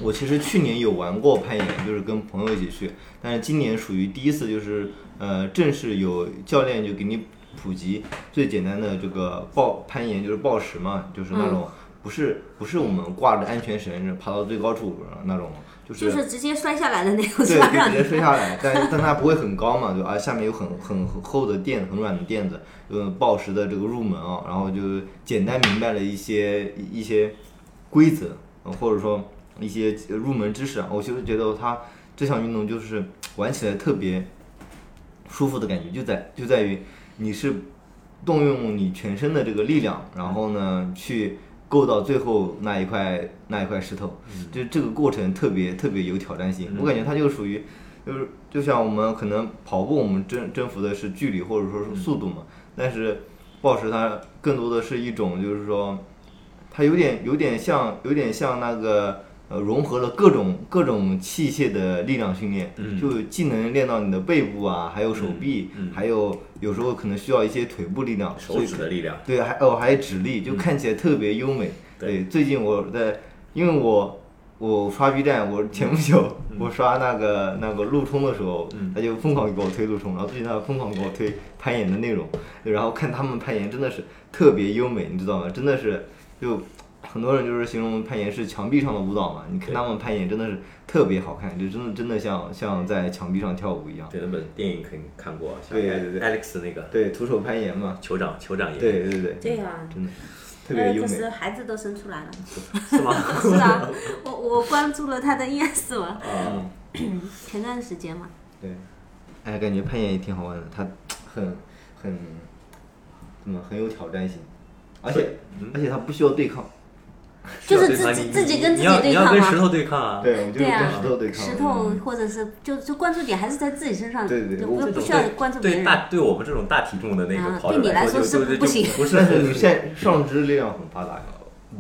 我其实去年有玩过攀岩，就是跟朋友一起去，但是今年属于第一次，就是呃正式有教练就给你普及最简单的这个抱攀岩，就是抱石嘛，就是那种。不是不是我们挂着安全绳爬到最高处那种，就是
就是直接摔下来的那 *laughs* 种，
对，
是吧？
就
让
直
你
接摔下来，但但它不会很高嘛，对吧？下面有很很很厚的垫，很软的垫子，有暴食的这个入门啊、然后就简单明白了一些一一些规则，呃或者说一些入门知识啊，我其实觉得它这项运动就是玩起来特别舒服的感觉，就在就在于你是动用你全身的这个力量，然后呢去够到最后那一块那一块石头，就这个过程特别特别有挑战性。我感觉它就属于就是就像我们可能跑步，我们征征服的是距离或者说是速度嘛，
嗯
但是暴食它更多的是一种就是说。它有点有点像有点像那个呃，融合了各种各种器械的力量训练，
嗯
就既能练到你的背部啊，还有手臂，
嗯嗯
还有有时候可能需要一些腿部力量，
手指的力量，
对，还哦还有指力，就看起来特别优美。
嗯对
最近我在，因为我我刷 B 站，我前不久、
嗯
我刷那个那个陆冲的时候，他就疯狂给我推陆冲，然后最近他疯狂给我推攀岩的内容，然后看他们攀岩真的是特别优美，你知道吗？真的是就。很多人就是形容攀岩是墙壁上的舞蹈嘛，你看
对
他们攀岩真的是特别好看，就真的真的像像在墙壁上跳舞一样。
对，那本电影肯定看过，像
对对对
Alex 那个
对，徒手攀岩嘛，
酋长，酋长也
对对对，
对啊
真的特别
呃，
优
就
美。
是孩子都生
*laughs*
出来了，
是吗？
是啊，我我关注了他的 *laughs* ins 嘛，
啊，
前段时间嘛，
对，哎，感觉攀岩也挺好玩的，它很很怎么很有挑战性，而且、
嗯
而且它不需要对抗，
就是
对
自
抗
己
你
自己跟自己
你要
对
你要
抗
跟
嘛
石头对抗啊，
对，我就
对
是
啊
跟石头对抗，
石头
嗯
或者是就就关注点还是在自己身上，
对对
就
我
不
这
不
种
需要关注别
对
人。
大对我们这种大体重的那个
啊
跑者
对你来
说
说
就是就
不行
就不是哦
但是你现上肢力量很发达呀，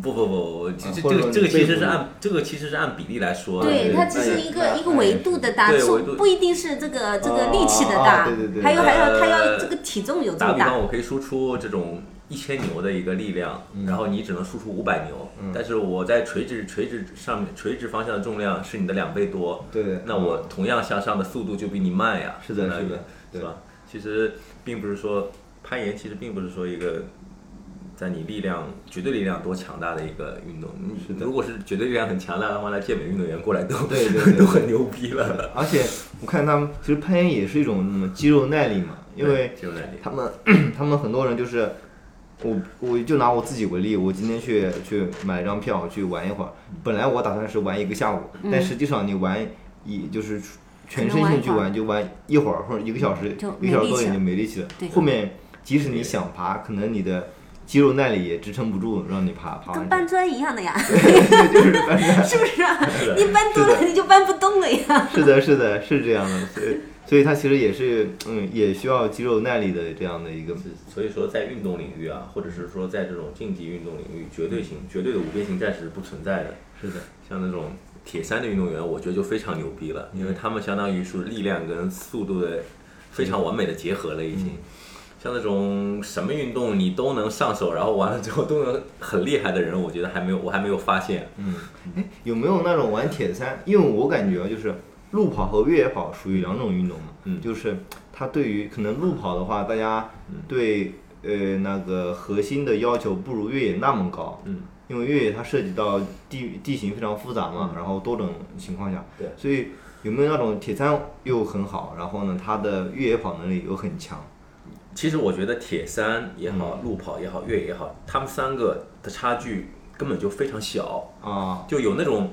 不不不，这这
啊或
这
者说
个这个
你
其
背
实
部
是
的
按这个其实是按比例来说的，
对，
对
它
那
只是
也
一
那
个一个
那
维
也
度
是
的大，
对
说
维度
不一定是这个这个
哦
力气的
哦
大
对对，对
还有还有
呃
它要这个体重有
打
多
比
大
方，？我可以输出这种一千牛的一个力量，
嗯
然后你只能输出五百牛，但是我在垂直垂直上面垂直方向的重量是你的两倍多，
对对
那我同样向上的速度就比你慢呀，
是的
相当于
是的对
是吧？其实并不是说攀岩，其实并不是说一个。在你力量绝对力量多强大的一个运动，你
是的
如果是绝对力量很强大的话，那健美运动员过来都
对
*laughs*
对对
都很牛逼了。
而且我看他们其实攀岩也是一种什么肌肉耐力嘛，因为
对肌肉耐力，
他们 *clears throat* 他们很多人就是，我我就拿我自己为例，我今天去去买一张票去玩一会儿，本来我打算是玩一个下午，
嗯
但实际上你玩一就是全身性去玩，就玩一会儿或者一个小时
就，
一个
没
小
力
时多
气
点
了
就没力气了
对。
后面即使你想爬，可能你的肌肉耐力也支撑不住，让你爬爬
跟
完。 *laughs*
搬砖一样的
*laughs*
呀，
就是搬砖
是不是啊
是？的
你搬多了你就搬不动了呀。
是的，是的，是这样的，所以所以它其实也是嗯，也需要肌肉耐力的这样的一个。
所以说，在运动领域啊，或者是说在这种竞技运动领域，绝对性、绝对的五边形战士是不存在的。
是的，
像那种铁三的运动员，我觉得就非常牛逼了，因为他们相当于是力量跟速度的非常完美的结合了，已经。像那种什么运动你都能上手，然后完了之后都能很厉害的人，我觉得还没有，我还没有发现。
嗯，哎，有没有那种玩铁三？因为我感觉就是路跑和越野跑属于两种运动嘛。
嗯
就是它对于可能路跑的话，大家对呃那个核心的要求不如越野那么高。
嗯，
因为越野它涉及到地地形非常复杂嘛，然后多种情况下，
嗯对
所以有没有那种铁三又很好，然后呢，它的越野跑能力又很强？
其实我觉得铁三也好，路跑也好，越野也好，他们三个的差距根本就非常小。
啊，
就有那种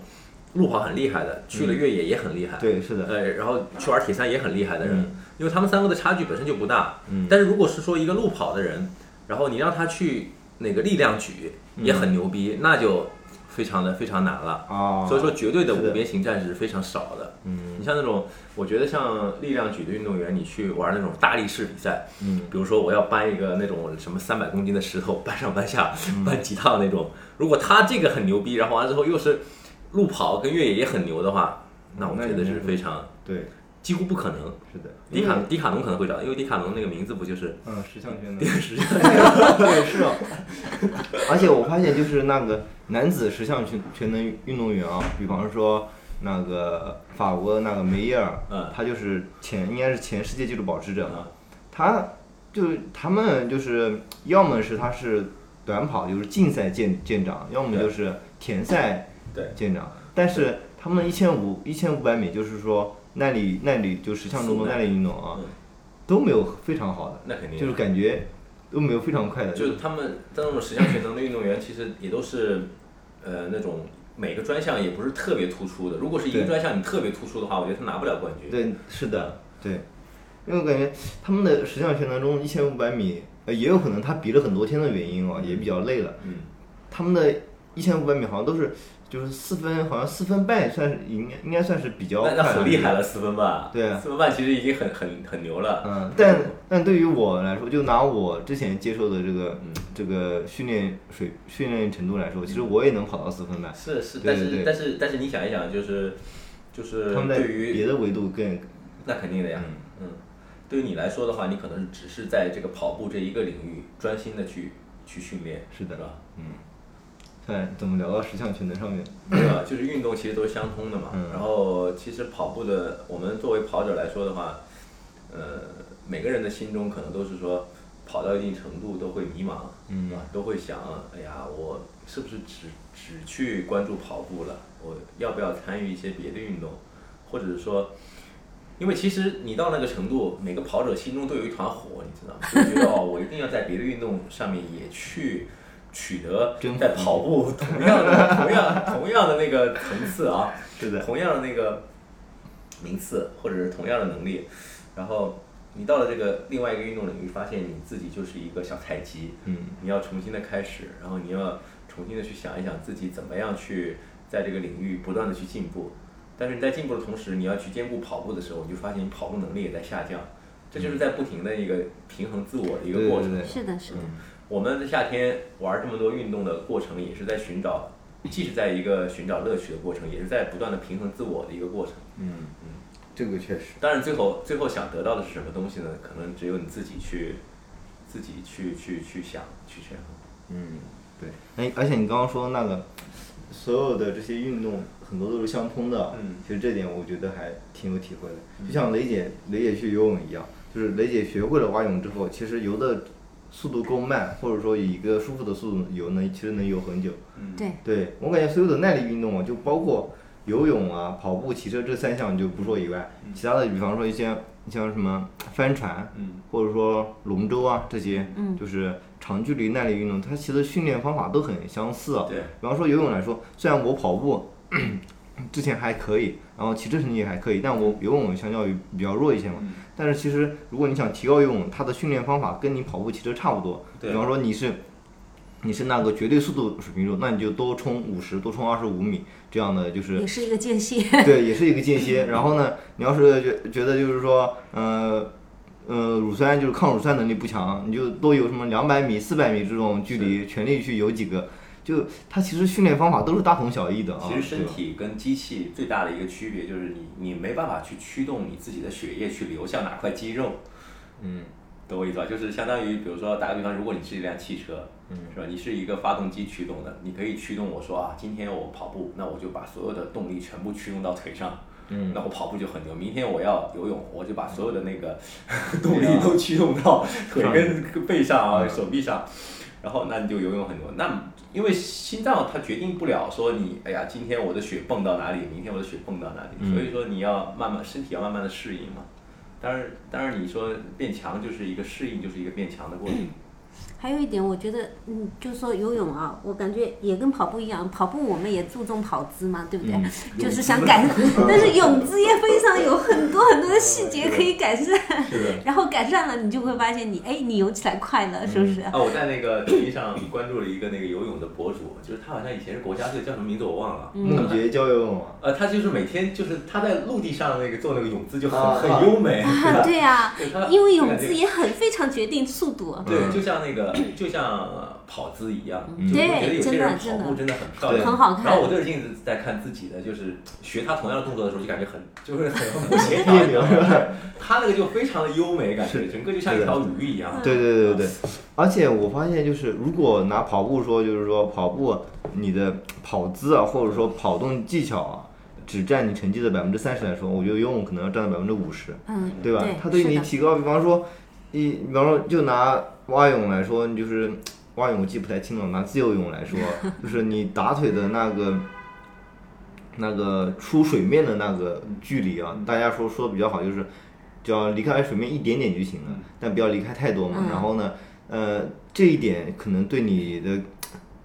路跑很厉害的，去了越野也很厉害，
对，是的，
呃，然后去玩铁三也很厉害的人，
嗯
因为他们三个的差距本身就不大。
嗯
但是如果是说一个路跑的人，然后你让他去那个力量举
嗯
也很牛逼，那就非常的非常难了。
啊，
呃所以说，绝对的
是的
五边形战士是非常少的。
嗯
你像那种，我觉得像力量举的运动员，你去玩那种大力士比赛，
嗯，
比如说我要搬一个那种什么三百公斤的石头搬上搬下，
嗯
*laughs* 搬几趟那种。如果他这个很牛逼，然后完了之后又是路跑跟越野也很牛的话，那我
那
觉
你
得是
能
非常
对，
几乎不可能。
是的，
迪卡迪卡侬可能会找，因为迪卡侬那个名字不就是 *laughs*
嗯，十项圈的
电。视上
对，是
啊
哦。 *laughs* 而且我发现，就是那个男子十项全全能运动员啊，比方说那个法国那个梅耶尔，
嗯
他就是前应该是前世界纪录保持者嘛
啊，
他就是他们就是要么是他是短跑，就是竞赛见见长，要么
对
就是田赛
对
见长，但是他们一千五一千五百米就是说耐力耐力就十项中
速
的
耐
耐力运动啊
嗯，
都没有非常好的，
那肯定
就是感觉都没有非常快的，
就是他们在那种十项全能的运动员，其实也都是呃那种每个专项也不是特别突出的。如果是一个
对
专项你特别突出的话，我觉得他拿不了冠军。
对，是的，对，因为我感觉他们的十项全能中一千五百米，呃，也有可能他比了很多天的原因哦，也比较累了。
嗯，
他们的一千五百米好像都是就是四分，好像四分半算是应该应该算是比较
那
快
那
的
很厉害了，四分半。
对啊
四分半其实已经很很很牛了。
嗯，但但对于我来说，就拿我之前接受的这个、
嗯
这个训练水训练程度来说，其实我也能跑到四分半。
是是，
对
但是
对对
但是但是你想一想，就是就是
他们在
嗯对于
别的维度更
那肯定的呀，嗯，对于你来说的话，你可能是只是在这个跑步这一个领域专心的去去训练，
是的
是吧？
嗯看怎么聊到十项全能上面。
对吧？就是运动其实都是相通的嘛。
嗯
然后其实跑步的，我们作为跑者来说的话，呃，每个人的心中可能都是说，跑到一定程度都会迷茫，嗯，都会想，哎呀，我是不是只只去关注跑步了？我要不要参与一些别的运动？或者是说，因为其实你到那个程度，每个跑者心中都有一团火，你知道吗？就觉得哦，我一定要在别的运动上面也去取得
征服
在跑步同样的、同样、同样的那个层次啊，
*laughs* 是的，
同样的那个名次，或者是同样的能力，然后。你到了这个另外一个运动领域，发现你自己就是一个小菜鸡，
嗯，
你要重新的开始，然后你要重新的去想一想自己怎么样去在这个领域不断的去进步。但是你在进步的同时，你要去兼顾跑步的时候，你就发现你跑步能力也在下降，这就是在不停的一个平衡自我的一个
对
过
对
程。
对
是的，是的，
我们在夏天玩这么多运动的过程，也是在寻找，既是在一个寻找乐趣的过程，也是在不断的平衡自我的一个过程。
嗯，这个确实，
当然，最后最后想得到的是什么东西呢？可能只有你自己去，自己去去去想去权衡。
嗯，对。哎，而且你刚刚说那个，所有的这些运动很多都是相通的，
嗯
其实这点我觉得还挺有体会的。就像雷姐雷姐去游泳一样，就是雷姐学会了蛙泳之后，其实游的速度够慢，或者说以一个舒服的速度游能，其实能游很久。
嗯，
对，
对我感觉所有的耐力运动啊，就包括游泳啊、跑步、骑车这三项就不说以外，其他的比方说一些像什么帆船，
嗯，
或者说龙舟啊这些，
嗯
就是长距离耐力运动，它其实训练方法都很相似啊。
对，
比方说游泳来说，虽然我跑步 *clears throat* 之前还可以，然后骑车成绩也还可以，但我游泳相较于比较弱一些嘛。
嗯
但是其实如果你想提高游泳，它的训练方法跟你跑步、骑车差不多。
对
比方说你是你是那个绝对速度水平中，那你就多冲五十，多冲二十五米这样的，就是
也是一个间隙。
*laughs*
对，也是一个间歇。然后呢，你要是觉觉得就是说，呃，呃，乳酸就是抗乳酸能力不强，你就多游什么两百米、四百米这种距离，全力去游几个。就它其实训练方法都是大同小异的啊。
其实身
对吧
体跟机器最大的一个区别就是你你没办法去驱动你自己的血液去流向哪块肌肉，
嗯，
懂我意思吧？就是相当于比如说打个比方，如果你是一辆汽车，嗯，是吧？你是一个发动机驱动的，你可以驱动我说啊，今天我跑步，那我就把所有的动力全部驱动到腿上。嗯，那我跑步就很牛。明天我要游泳，我就把所有的那个动力都驱动到腿跟背上啊、手臂上。然后那你就游泳很多。那因为心脏它决定不了说你，哎呀，今天我的血泵到哪里，明天我的血泵到哪里，
嗯
所以说你要慢慢身体要慢慢的适应嘛。当然，当然你说变强就是一个适应，就是一个变强的过程。
嗯还有一点，我觉得，嗯，就说游泳啊，我感觉也跟跑步一样，跑步我们也注重跑姿嘛，对不对？
嗯
就是想改 *laughs* 善，但是泳姿也非常有很多很多的细节可以改善，
是的。
然后改善了，你就会发现你，哎，你游起来快了，是不是？
啊，我在那个抖音上关注了一个那个游泳的博主，就是他好像以前是国家队，叫什么名字我忘了。
嗯
梦洁教游泳啊，
呃，他就是每天就是他在陆地上那个做那个泳姿就
*laughs*
很、
啊啊
很优美， *laughs* 对
啊，
吧
对呀、
对它
因为泳
感觉
姿也很非常决定速度。
对，
嗯
就像那个，就像呃跑姿一样，
嗯
就我
对
觉得有些人
真的
跑步真的很漂
对
亮，
很好看
然后我对着镜子在看自己的，就是学他同样的动作的时候，就感觉很就
*laughs*
是很不协调，你知道吗？对他那个就非常的优美，感觉整个就像一条鱼
嗯
一样。
对对对对对。而且我发现就是，如果拿跑步说，就是说跑步你的跑姿啊，或者说跑动技巧啊，只占你成绩的百分之三十来说，我觉得游泳可能要占到百分之五十。
嗯，
对吧？它对
是
你
的
提高，比方说，一比方说就拿蛙泳来说，你就是蛙泳我记不太清了，拿自由泳来
*laughs*
说，就是你打腿的那个那个出水面的那个距离啊，大家说说的比较好，就是只要离开水面一点点就行了，但不要离开太多嘛。
嗯
然后呢，呃，这一点可能对你的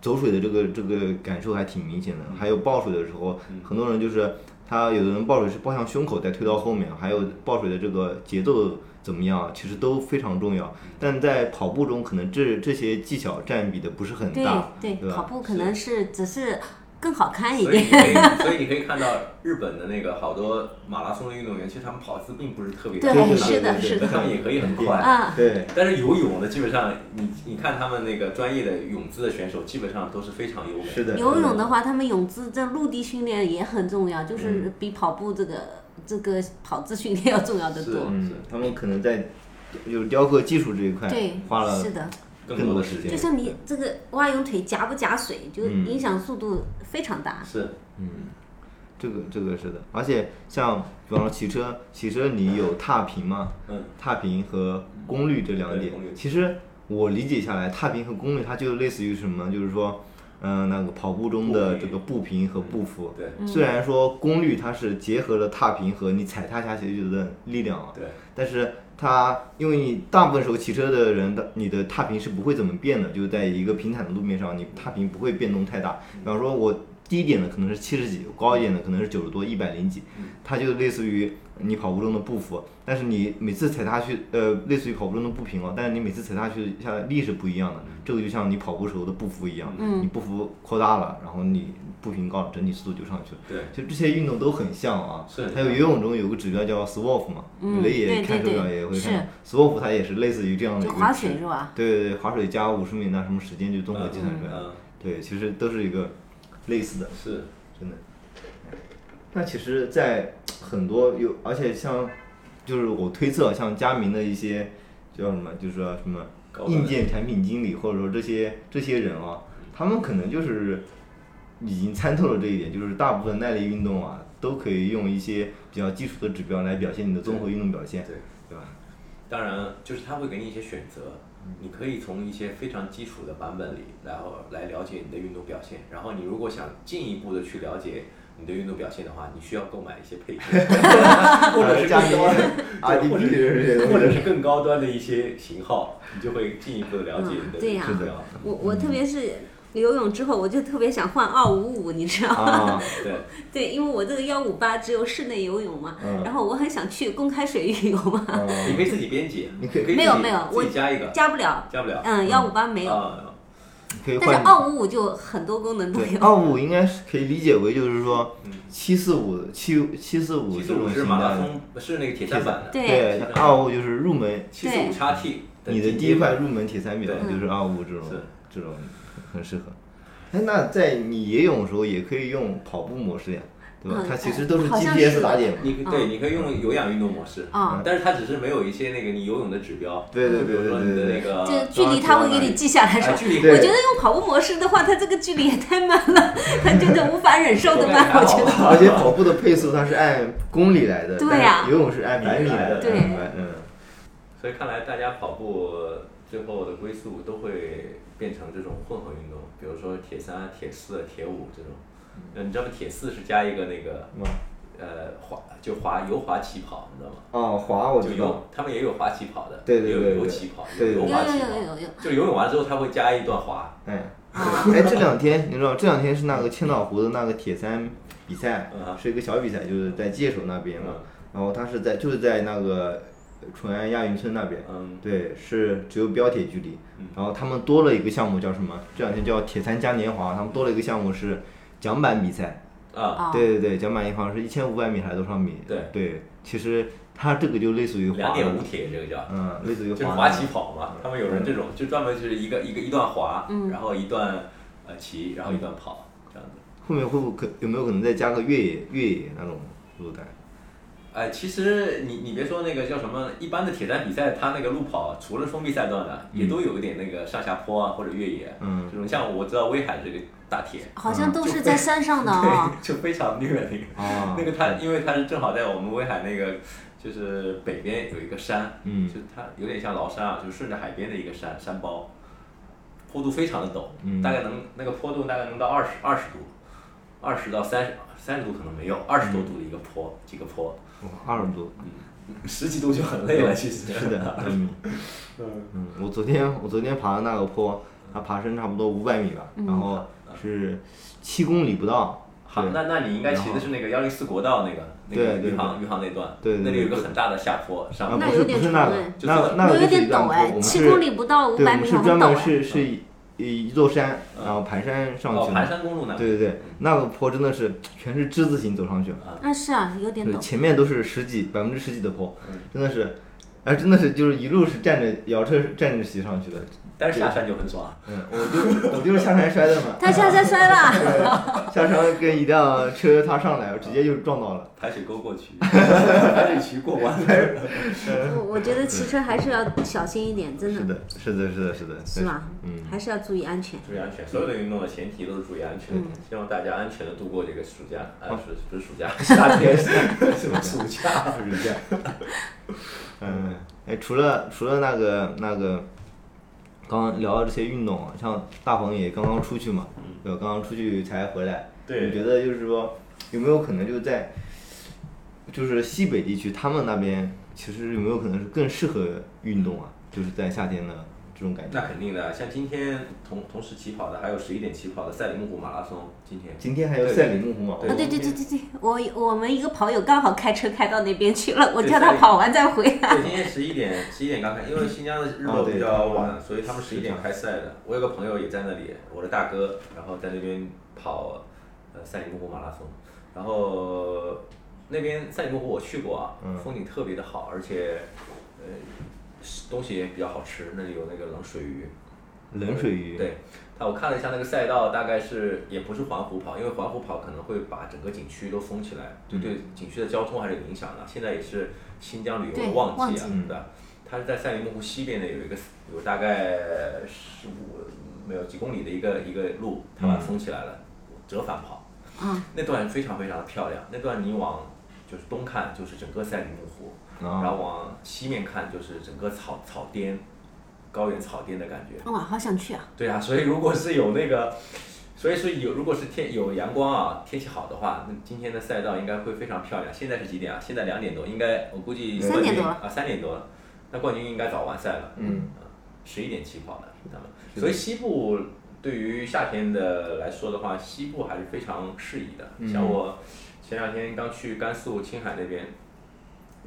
走水的这个这个感受还挺明显的。
嗯
还有抱水的时候，很多人就是他有的人抱水是抱向胸口再推到后面，还有抱水的这个节奏怎么样，其实都非常重要。
嗯
但在跑步中，可能这这些技巧占比的不是很
对
大，
对
对，吧
跑步可能是只是更好看一
所
点。
以你可以，所以你可以看到日本的那个好多马拉松的运动员，其实他们跑姿并不是特别
对
高
是的是的
但他们也可以很快。
啊，
对，
但是游泳的基本上，你你看他们那个专业的泳姿的选手，基本上都是非常优美。
是的。
游泳
嗯
的话，他们泳姿在陆地训练也很重要，
嗯
就是比跑步这个这个跑姿训练要重要的
是
多。
嗯，他们可能在就是雕刻技术这一块
对，
花了
是的，
更多的时间
就像你这个蛙泳腿夹不夹水，就
嗯
影响速度非常大。
是
这个这个是的，而且像比方说骑车，骑车你有踏频嘛？
嗯，
踏频和功率这两
对
点
功率，
其实我理解下来，踏频和功率它就类似于什么呢？就是说，嗯、那个跑步中的
步
这
频
个步频和步幅。
对
虽然说功率它是结合了踏频和你踩踏下去的力量啊，
对
但是它因为你大部分时候骑车的人的你的踏频是不会怎么变的，就是在一个平坦的路面上，你踏频不会变动太大。比方说我低一点的可能是七十几，高一点的可能是九十多、一百零几，它就类似于你跑步中的步幅，但是你每次踩下去，呃，类似于跑步中的步频哦，但是你每次踩下去下来力是不一样的，这个就像你跑步时候的步幅一样，你步幅扩大了，然后你步频高了，整体速度就上去了。
对，
就这些运动都很像啊，
是
还有游泳中有个指标叫 SWOF 嘛，
嗯
有的也
对
看手
对
表
对
也会
是
看到，SWOF 它也是类似于这样的一
就
个
划
指
水是吧？
对对对，划水加五十米那什么时间就综合计算出来了，
嗯
对，其实都是一个类似的，
是
真的。那其实，在很多有，而且像就是我推测，像佳明的一些叫什么，就是说什么
高端的
硬件产品经理，或者说这些这些人啊，他们可能就是已经参透了这一点，就是大部分耐力运动啊，都可以用一些比较基础的指标来表现你的综合运动表现，
对。
对吧？
当然，就是他会给你一些选择，
嗯
你可以从一些非常基础的版本里，然后来了解你的运动表现。然后你如果想进一步的去了解你的运动表现的话，你需要购买一些配
*laughs*
件，或者是
佳
更
明
高的
RDP 这些东西
或者是更高端的一些型号，你就会进一步的了解你
嗯
的
对呀
指标。
我我特别是游泳之后，我就特别想换二五 *laughs* 五，你知道吗？
*laughs* 啊，
对，
对，因为我这个幺五八只有室内游泳嘛，
*laughs*
嗯
然后我很想去公开水域游嘛，
啊
你可以自己编辑，
你
你
可以
以自己
没有没有我
自己加
嗯
一个，
加不了，
加不了，
嗯，幺五八没有，
啊，
可以
但是
换。
二五五就很多功能都
对，
有。
二五应该是可以理解为就是说
嗯
七四五七七四五
七
这
四
种
五是
型
马拉
的，
松，是那个铁三板的，
对
对，哦
对
二五就是入门，
七四五叉 T
你的第一块入门铁三表
对
就是二五这种
是
这种很适合。哎，那在你野泳的时候也可以用跑步模式呀，对吧？
嗯
它其实都是
好像是
GPS 打点嘛。
你
嗯
可对，你可以用有氧运动模式
啊
但是它只是没有一些那个你游泳的指标，
对对
比
对
如说
对
你的
对
那
对。
这
个
距离它会给你记下来是吧
哎？距离
对
我觉得用跑步模式的话，它这个距离也太慢了，它就是无法忍受的慢，我觉得。
*laughs* 而且跑步的配速它是按公里来的，
对
但是
呀
游泳是按百米来的，
对
嗯嗯，
*laughs* 所以看来大家跑步最后的归宿都会变成这种混合运动，比如说铁三、铁四、铁五这种。
嗯
呃，你知道吗？铁四是加一个那个
什么
呃滑，就滑油滑起跑，你知道吗？
哦，滑我
就
知道
游，，他们也有滑起跑的，
对对对
也有
对
游
对
起跑，
对
也
对
有
有游滑
有
起
有
跑。
有有，
就游泳完之后，他会加一段滑，
哎，哎，这两天你知道，这两天是那个千岛湖的那个铁三比赛
嗯，
是一个小比赛，就是在界首那边嘛
嗯。
然后他是在就是在那个呃淳安亚运村那边，
嗯，
对，是只有标铁距离
嗯。
然后他们多了一个项目叫什么？这两天叫铁三嘉年华，他们多了一个项目是桨板比赛。
啊，
啊，
对对对，桨板一好像是一千五百米还是多少米？
对
对，其其实它这个就类似于滑
两
浪，
点五铁这个叫，
嗯，类似于
就是
滑
滑
浪
起跑嘛。他们有人这种，就专门就是一个一个一段滑，然后一段呃骑，然后一段跑这样子。
后面会不会可有没有可能再加个越野越野那种路段？
哎，其实你你别说那个叫什么，一般的铁三比赛，它那个路跑除了封闭赛段的，也都有一点那个上下坡啊或者越野，
嗯
这种像我知道威海这个大铁，
好像都是在山上的啊、
对， *laughs* 就非常虐那个。
啊，
*laughs* 那个它，因为它是正好在我们威海那个，就是北边有一个山，
嗯
就是它有点像崂山啊，就顺着海边的一个山山包，坡度非常的陡，
嗯
大概能那个坡度大概能到二十二十度，二十到三十三十度可能没有，二十多
嗯
度的一个坡、几
*laughs*
个坡，
二十多，
*laughs* 十几度就很累了，其实
是的，嗯
嗯，
嗯，我昨天我昨天爬的那个坡，它爬升差不多五百米吧，然后是七公里不到。
好，
对
那那你应该骑的是那个幺零四国道那个那个
对对
余杭余杭那段，
对对
那里有一个
对
很大的下坡，上
啊，
面
那
不
有
是
点
不是那
陡
个
哎，
那那
有
个
有
是一
点
段
陡
坡
哎
我，们
七
是
公里不到五
对，
百
我们
米
是
很
专
陡
门
哎。
是是一一座山，然后盘山上嗯
哦，
去
盘
的。
山公路那
对对对，那个坡真的是全是之字形走上去，
那是啊，有点
对，
陡。
前面都是十几百分之十几的坡
嗯，
真的是，哎，真的是就是一路是站着摇车站着骑上去的。
但是下山就很爽。
嗯，我就我就是下山摔的嘛，
他下山摔了，
下山跟一辆车他上来，我直接就撞到了。
排水沟
*laughs*
过去，排水渠过弯，
我我觉得骑车还是要小心一点，真
是
的
的，是的，是的，是的，
是吧？
嗯，
还是要注意安全。
注意安全。所有的运动的前提都是注意安全，希望大家安全的度过这个暑假，啊，不是不是暑 *laughs* 假，夏天，什么暑假？
是这
*laughs*
样。嗯，哎，除了除了那个那个，刚刚聊到这些运动啊，像大鹏也刚刚出去嘛，对吧，刚刚出去才回来。
嗯对
你觉得就是说，有没有可能就在，就是西北地区，他们那边其实有没有可能是更适合运动啊？就是在夏天的这种感觉。
那肯定的，像今天同同时起跑的，还有十一点起跑的赛里木湖马拉松，今天
今天还有
对
赛里木湖嘛？
对
啊，对对对对对，我我们一个朋友刚好开车开到那边去了，我
对
叫
所
他
以
跑完再回来。
对，今天十一点，十一点刚开，因为新疆的日落比较哦晚，所以他们十一点开赛的。我有个朋友也在那里，我的大哥，然后在那边跑呃赛里木湖马拉松，然后那边赛里木湖我去过啊，风景特别的好，而且呃是东西也比较好吃，那里有那个冷水鱼，
冷水鱼。
对，但我看了一下那个赛道，大概是也不是环湖跑，因为环湖跑可能会把整个景区都封起来，对对，景区的交通还是有影响的。现在也是新疆旅游的
对
旺
旺
季啊，
季
对吧？它是在赛里木湖西边的有一个有大概十五没有几公里的一个一个路，它把它封起来了，折返跑。
嗯，
那段非常非常的漂亮，那段你往就是东看就是整个赛里木湖，
啊
然后往西面看就是整个草草甸，高原草甸的感觉。
哇，好想去啊！
对啊，所以如果是有那个，所以说有如果是天有阳光啊，天气好的话，那今天的赛道应该会非常漂亮。现在是几点啊？现在两点多，应该我估计
三
冠
点
军
多
啊，三点多了，那冠军应该早完赛了，
嗯，
十一点起跑的他们，所以西部对于夏天的来说的话，西部还是非常适宜的。像我前两天刚去甘肃青海那边，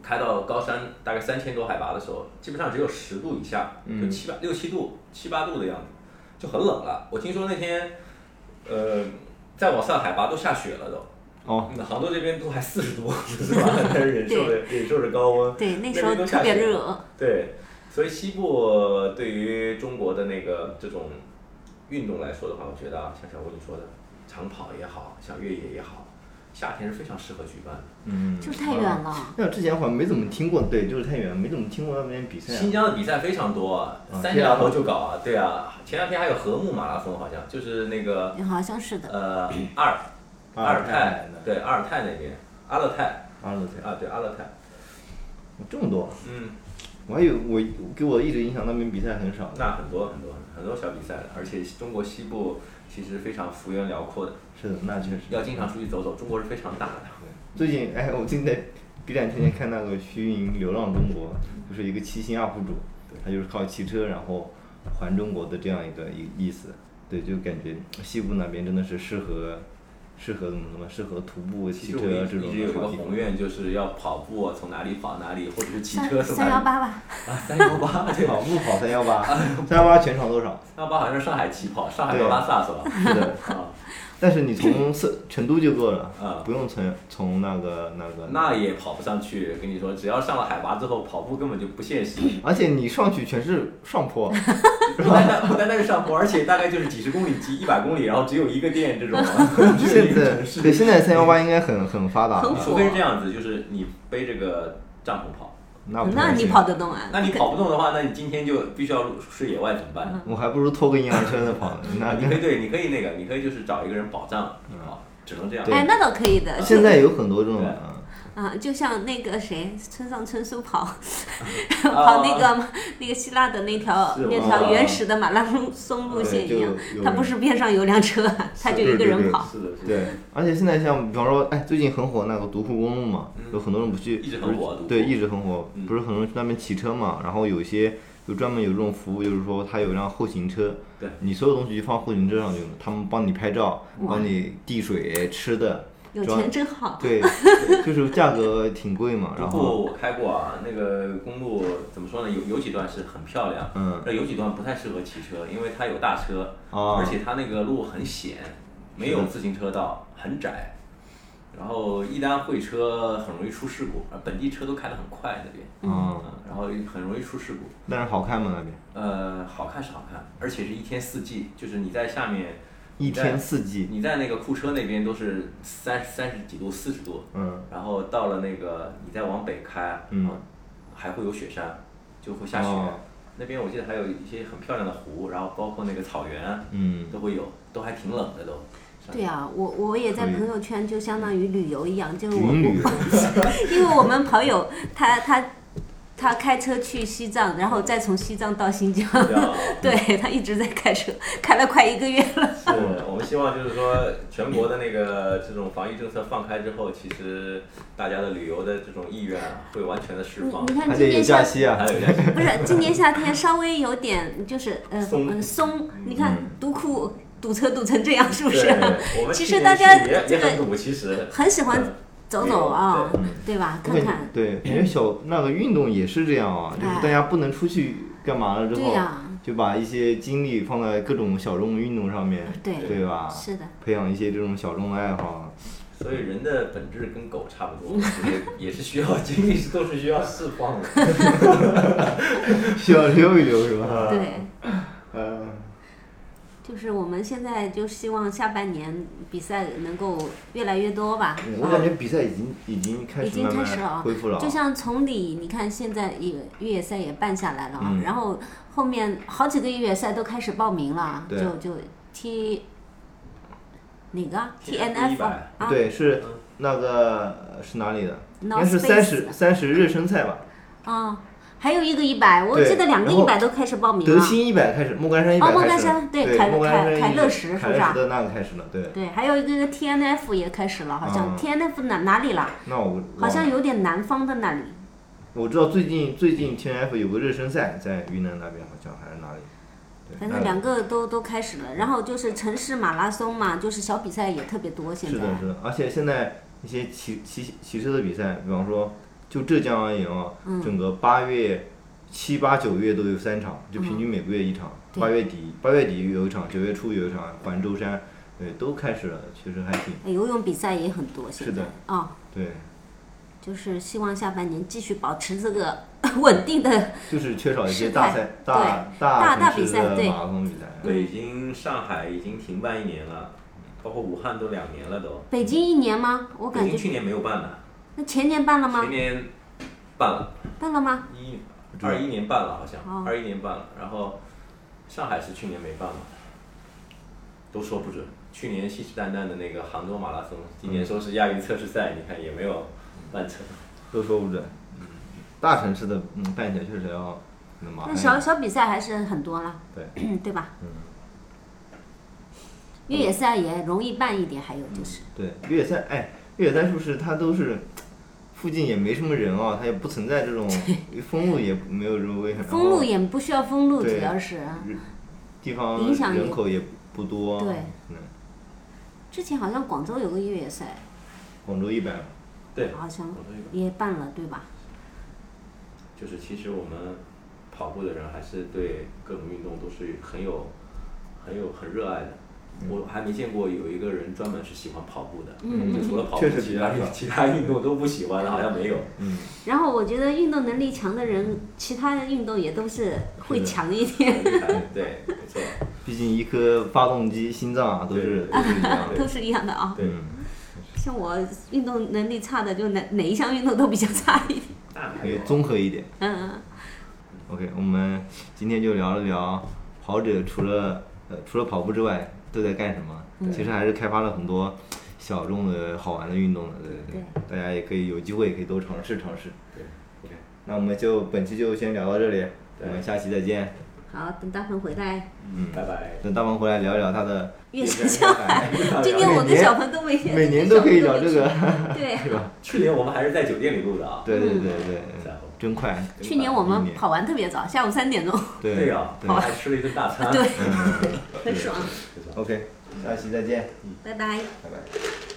开到高山大概三千多海拔的时候，基本上只有十度以下，就七八六七度、七八度的样子，就很冷了。我听说那天，呃，再往上海拔都下雪了都。
哦，
那杭州这边都还四十度，是吧？ *laughs* 但是忍受着忍受着高温。
对，那时
边
候
都
特
下
别
雪了
热。
对，所以西部对于中国的那个这种运动来说的话，我觉得啊，像小吴你说的，长跑也好像越野也好，夏天是非常适合举办的。
嗯，
就是太远了，
那之前好像没怎么听过，对，就是太远，没怎么听过那边比赛、
新
啊。
疆的比赛非常多，啊
啊，
三
这样
峡
啊
头就搞啊，对啊，前两天还有禾木马拉松，好像就是那个
好像是的。
*coughs* 呃阿尔阿
阿
尔
尔
泰
泰，
对阿尔泰那边阿勒泰
阿勒泰，
啊，对阿勒泰，
这么多，
嗯。
我还以为我给我一直印象那边比赛很少呢。
那很多很多很多小比赛的，而且中国西部其实非常幅员辽阔的，
是的，那确实。
要经常出去走走。中国是非常大的，
最近哎，我最近在 B 站天天看那个虚云流浪中国，就是一个骑行 UP 主，他就是靠骑车然后环中国的这样一个意意思。对，就感觉西部那边真的是适合适合怎么怎么适合徒步、
其
骑
实
车
我一
这
直
种
一直有一
的
个
好地方
宏。愿，就是要跑步啊，从哪里跑哪里，或者是骑车
三
从
三
哪
幺
里。
八吧，
啊，三幺八，对吧？
跑步跑三幺
*laughs*
八，三幺八全场多少？
三幺八好像是上海起跑，上海
对
到拉萨是吧？
是的，
啊，
但是你从四成都就够了，
嗯
不用从从那个那个。
那也跑不上去。跟你说，只要上了海拔之后，跑步根本就不现实。
而且你上去全是上坡，
不单单不单单是上坡，而且大概就是几十公里、几一百公里，然后只有一个店这种。这 *laughs*
现
个
在
城市
对现在三幺八应该很很发达
很
了，
火
除非是这样子，就是你背着个帐篷跑，
那不
那
太
你
行
跑得动啊？
那你跑不动的话，那你今天就必须要睡野外怎么办？
我还不如拖个婴儿车呢跑呢。
*laughs*
那
你可以对，你可以那个，你可以就是找一个人保障跑，只能这样。
哎，那倒可以的。
现在有很多这种
对
啊，
啊，就像那个谁，村上春树
*laughs*
跑
啊
跑那个 *laughs* 那个希腊的那条
啊是
那
吗
条原始的马拉松路线一样
对就有，
他不是边上有辆 *laughs* 车啊，他就一个人跑。
是的，是的。
对，而且现在像比方说，哎，最近很火那个独库公路嘛，有很多人不去，
嗯一直
不是
很火独库嗯
对，一直很火，不是很多人去那边骑车嘛，然后有些。有专门有这种服务，就是说它有辆后行车，
对
你所有东西就放后行车上就能，他们帮你拍照，帮你递水、吃的，
有
主要
钱真
啊
好。
*laughs*
对，就是价格挺贵嘛，然
不
后
过我开过啊，那个公路怎么说呢？有有几段是很漂亮，
嗯，
但有几段不太适合骑车，因为它有大车，
啊
而且它那个路很险，没有自行车道，很窄。然后一旦会车很容易出事故，而本地车都开得很快那边，
嗯，
然后很容易出事故。
但是好看吗那边？
呃，好看是好看，而且是一天四季，就是你在下面，
一天四季，
你在那个库车那边都是三三十几度、四十度，
嗯，
然后到了那个你再往北开，
嗯
然后还会有雪山，就会下雪。
哦
那边我记得还有一些很漂亮的湖，然后包括那个草原，
嗯
都会有，都还挺冷的都。
对啊，我我也在
可以
朋友圈就相当于旅游一样，就是我
云旅
我因为我们朋友他他他开车去西藏，然后再从西藏到新疆， *laughs*
对啊
对他一直在开车，开了快一个月了。
是我们希望就是说，全国的那个这种防疫政策放开之后，其实大家的旅游的这种意愿会完全的释
你
放。
你看
还
今
得有
年
假
夏
期啊
还，有一点是
不是今年夏天稍微有点就是呃
松
嗯松，你看
嗯
独库堵车堵成这样，是不是？
对，我们
其
去
实
年
大家
去也
这
也
个
很堵，其实
*laughs* 很喜欢
对
走走啊
对，
对吧？
我
看
感觉
看，
对，感觉小那个运动也是这样啊，就是
哎
大家不能出去干嘛了之
对
后，
呀，
就把一些精力放在各种小众运动上面，
啊对
对吧？
是的，
培养一些这种小众的爱好，
所以人的本质跟狗差不多，也也是需要精力都是需要释放的。
需要溜一溜是吧？
*laughs* 对。
呃，
就是我们现在就希望下半年比赛能够越来越多吧。
嗯我感觉比赛已经已经开
已
始
经
慢
开始了
慢
啊
恢复了啊，
就像崇礼，你看现在也越野赛也办下来了啊，
嗯
然后后面好几个越野赛都开始报名了，啊
对
就就 T 哪个啊
TNF
？TNF 啊啊，
对，是
嗯
那个呃是哪里的？应
North
该是
Face
三十三十热身赛吧，
啊，还有一个一百，我
对
记得两个
然后
一百都开始报名
德
了。
新一百开始，莫干山一百
哦莫
开
干
始了，
山对凯
莫干山
凯
一
凯乐石
凯
是啊
乐
吧
石的那个开始了，对，
对，还有一个 TNF 也开始了，好像、
嗯
TNF 哪哪里啦？
那我忘
好像
了
有点南方的那里，
我知道最近最近 T N F 有个热身赛在云南那边，好像还是哪里，对
反正
那
两个都都开始了，然后就是城市马拉松嘛，就是小比赛也特别多。现
是
在
的，是的，而且现在一些骑骑骑车的比赛，比方说就浙江而言啊，
嗯
整个八月、七八九月都有三场，就平均每个月一场。
嗯对
八、月底八月底有一场，九月初有一场，环舟山，对，都开始了，确实还挺
哎游泳比赛也很多。现在
是的
啊、
对，
就是希望下半年继续保持这个 *laughs* 稳定的。
就是缺少一些
是
大
的
赛
对
大
大
大
大
城
比
市
赛
的
对
马拉松比
嗯
赛。
北京、上海已经停办一年了，包括武汉都两年了都。
北京一年吗？我
北
感
京
觉
去年没有办呢，
那前年办了
前
吗？
年办了，
办了吗？
一
知道
二一年办了好像，
哦
二一年办了，然后上海是去年没办嘛，都说不准。去年信誓旦旦的那个杭州马拉松，今年说是亚运测试赛，你看也没有办成。
都说不准。嗯大城市的嗯办起来确实要那麻
那
烦一
小
点。
小比赛还是很多啦，
对，
*clears throat*
嗯
对吧？越野赛也容易办一点，还有
嗯
就是，
对，越野赛，哎，越野赛是不是它都是附近也没什么人啊？它也不存在这种封路，也没有这种危险。然
封路
后
也不需要封路，
对
主要是。
地方
影响也
人口也不多。
对
嗯，
之前好像广州有个越野赛，
广州一百，
对，
好像
我说一个
也办了，对吧？
就是其实我们跑步的人还是对各种运动都是很有、很有、很热爱的。
嗯
我还没见过有一个人专门是喜欢跑步的，
嗯
就除了跑步
确，实
其
比较
他
少
其他运动都不喜欢的，好
*laughs*
像没有。
嗯，
然后我觉得运动能力强的人，其他的运动也都是会强一点，
很厉害对，没错，
毕竟一颗发动机、心脏啊 *laughs* 都是
对
都是一样的。
都是一样的啊。
对，
嗯，
像我运动能力差的，就哪哪一项运动都比较差一点。
那
可
还
以
有
综合一点。
嗯，
OK，我们今天就聊了聊跑者除了呃除了跑步之外都在干什么。
嗯
其实还是开发了很多小众的好玩的运动的，对对对，大家也可以有机会也可以多尝试尝试。
对，OK，
那我们就本期就先聊到这里，我
对
们下期再见。
好，等大鹏回来，
嗯，拜
*laughs*
拜。
等大鹏回来聊一聊他的
越
山
山向海。今天我跟小鹏都没
每
*laughs*
年都可以聊这。个，
对，
是吧？
去年我们还是在酒店里录的啊，
对对对对，
然后
真快。
去年我
一
们跑完特别早，下午三点钟，
对
对啊呀，
对
我还吃了一顿大餐。
*laughs* 对，很爽。
，OK，下期再见，
拜拜。
拜拜。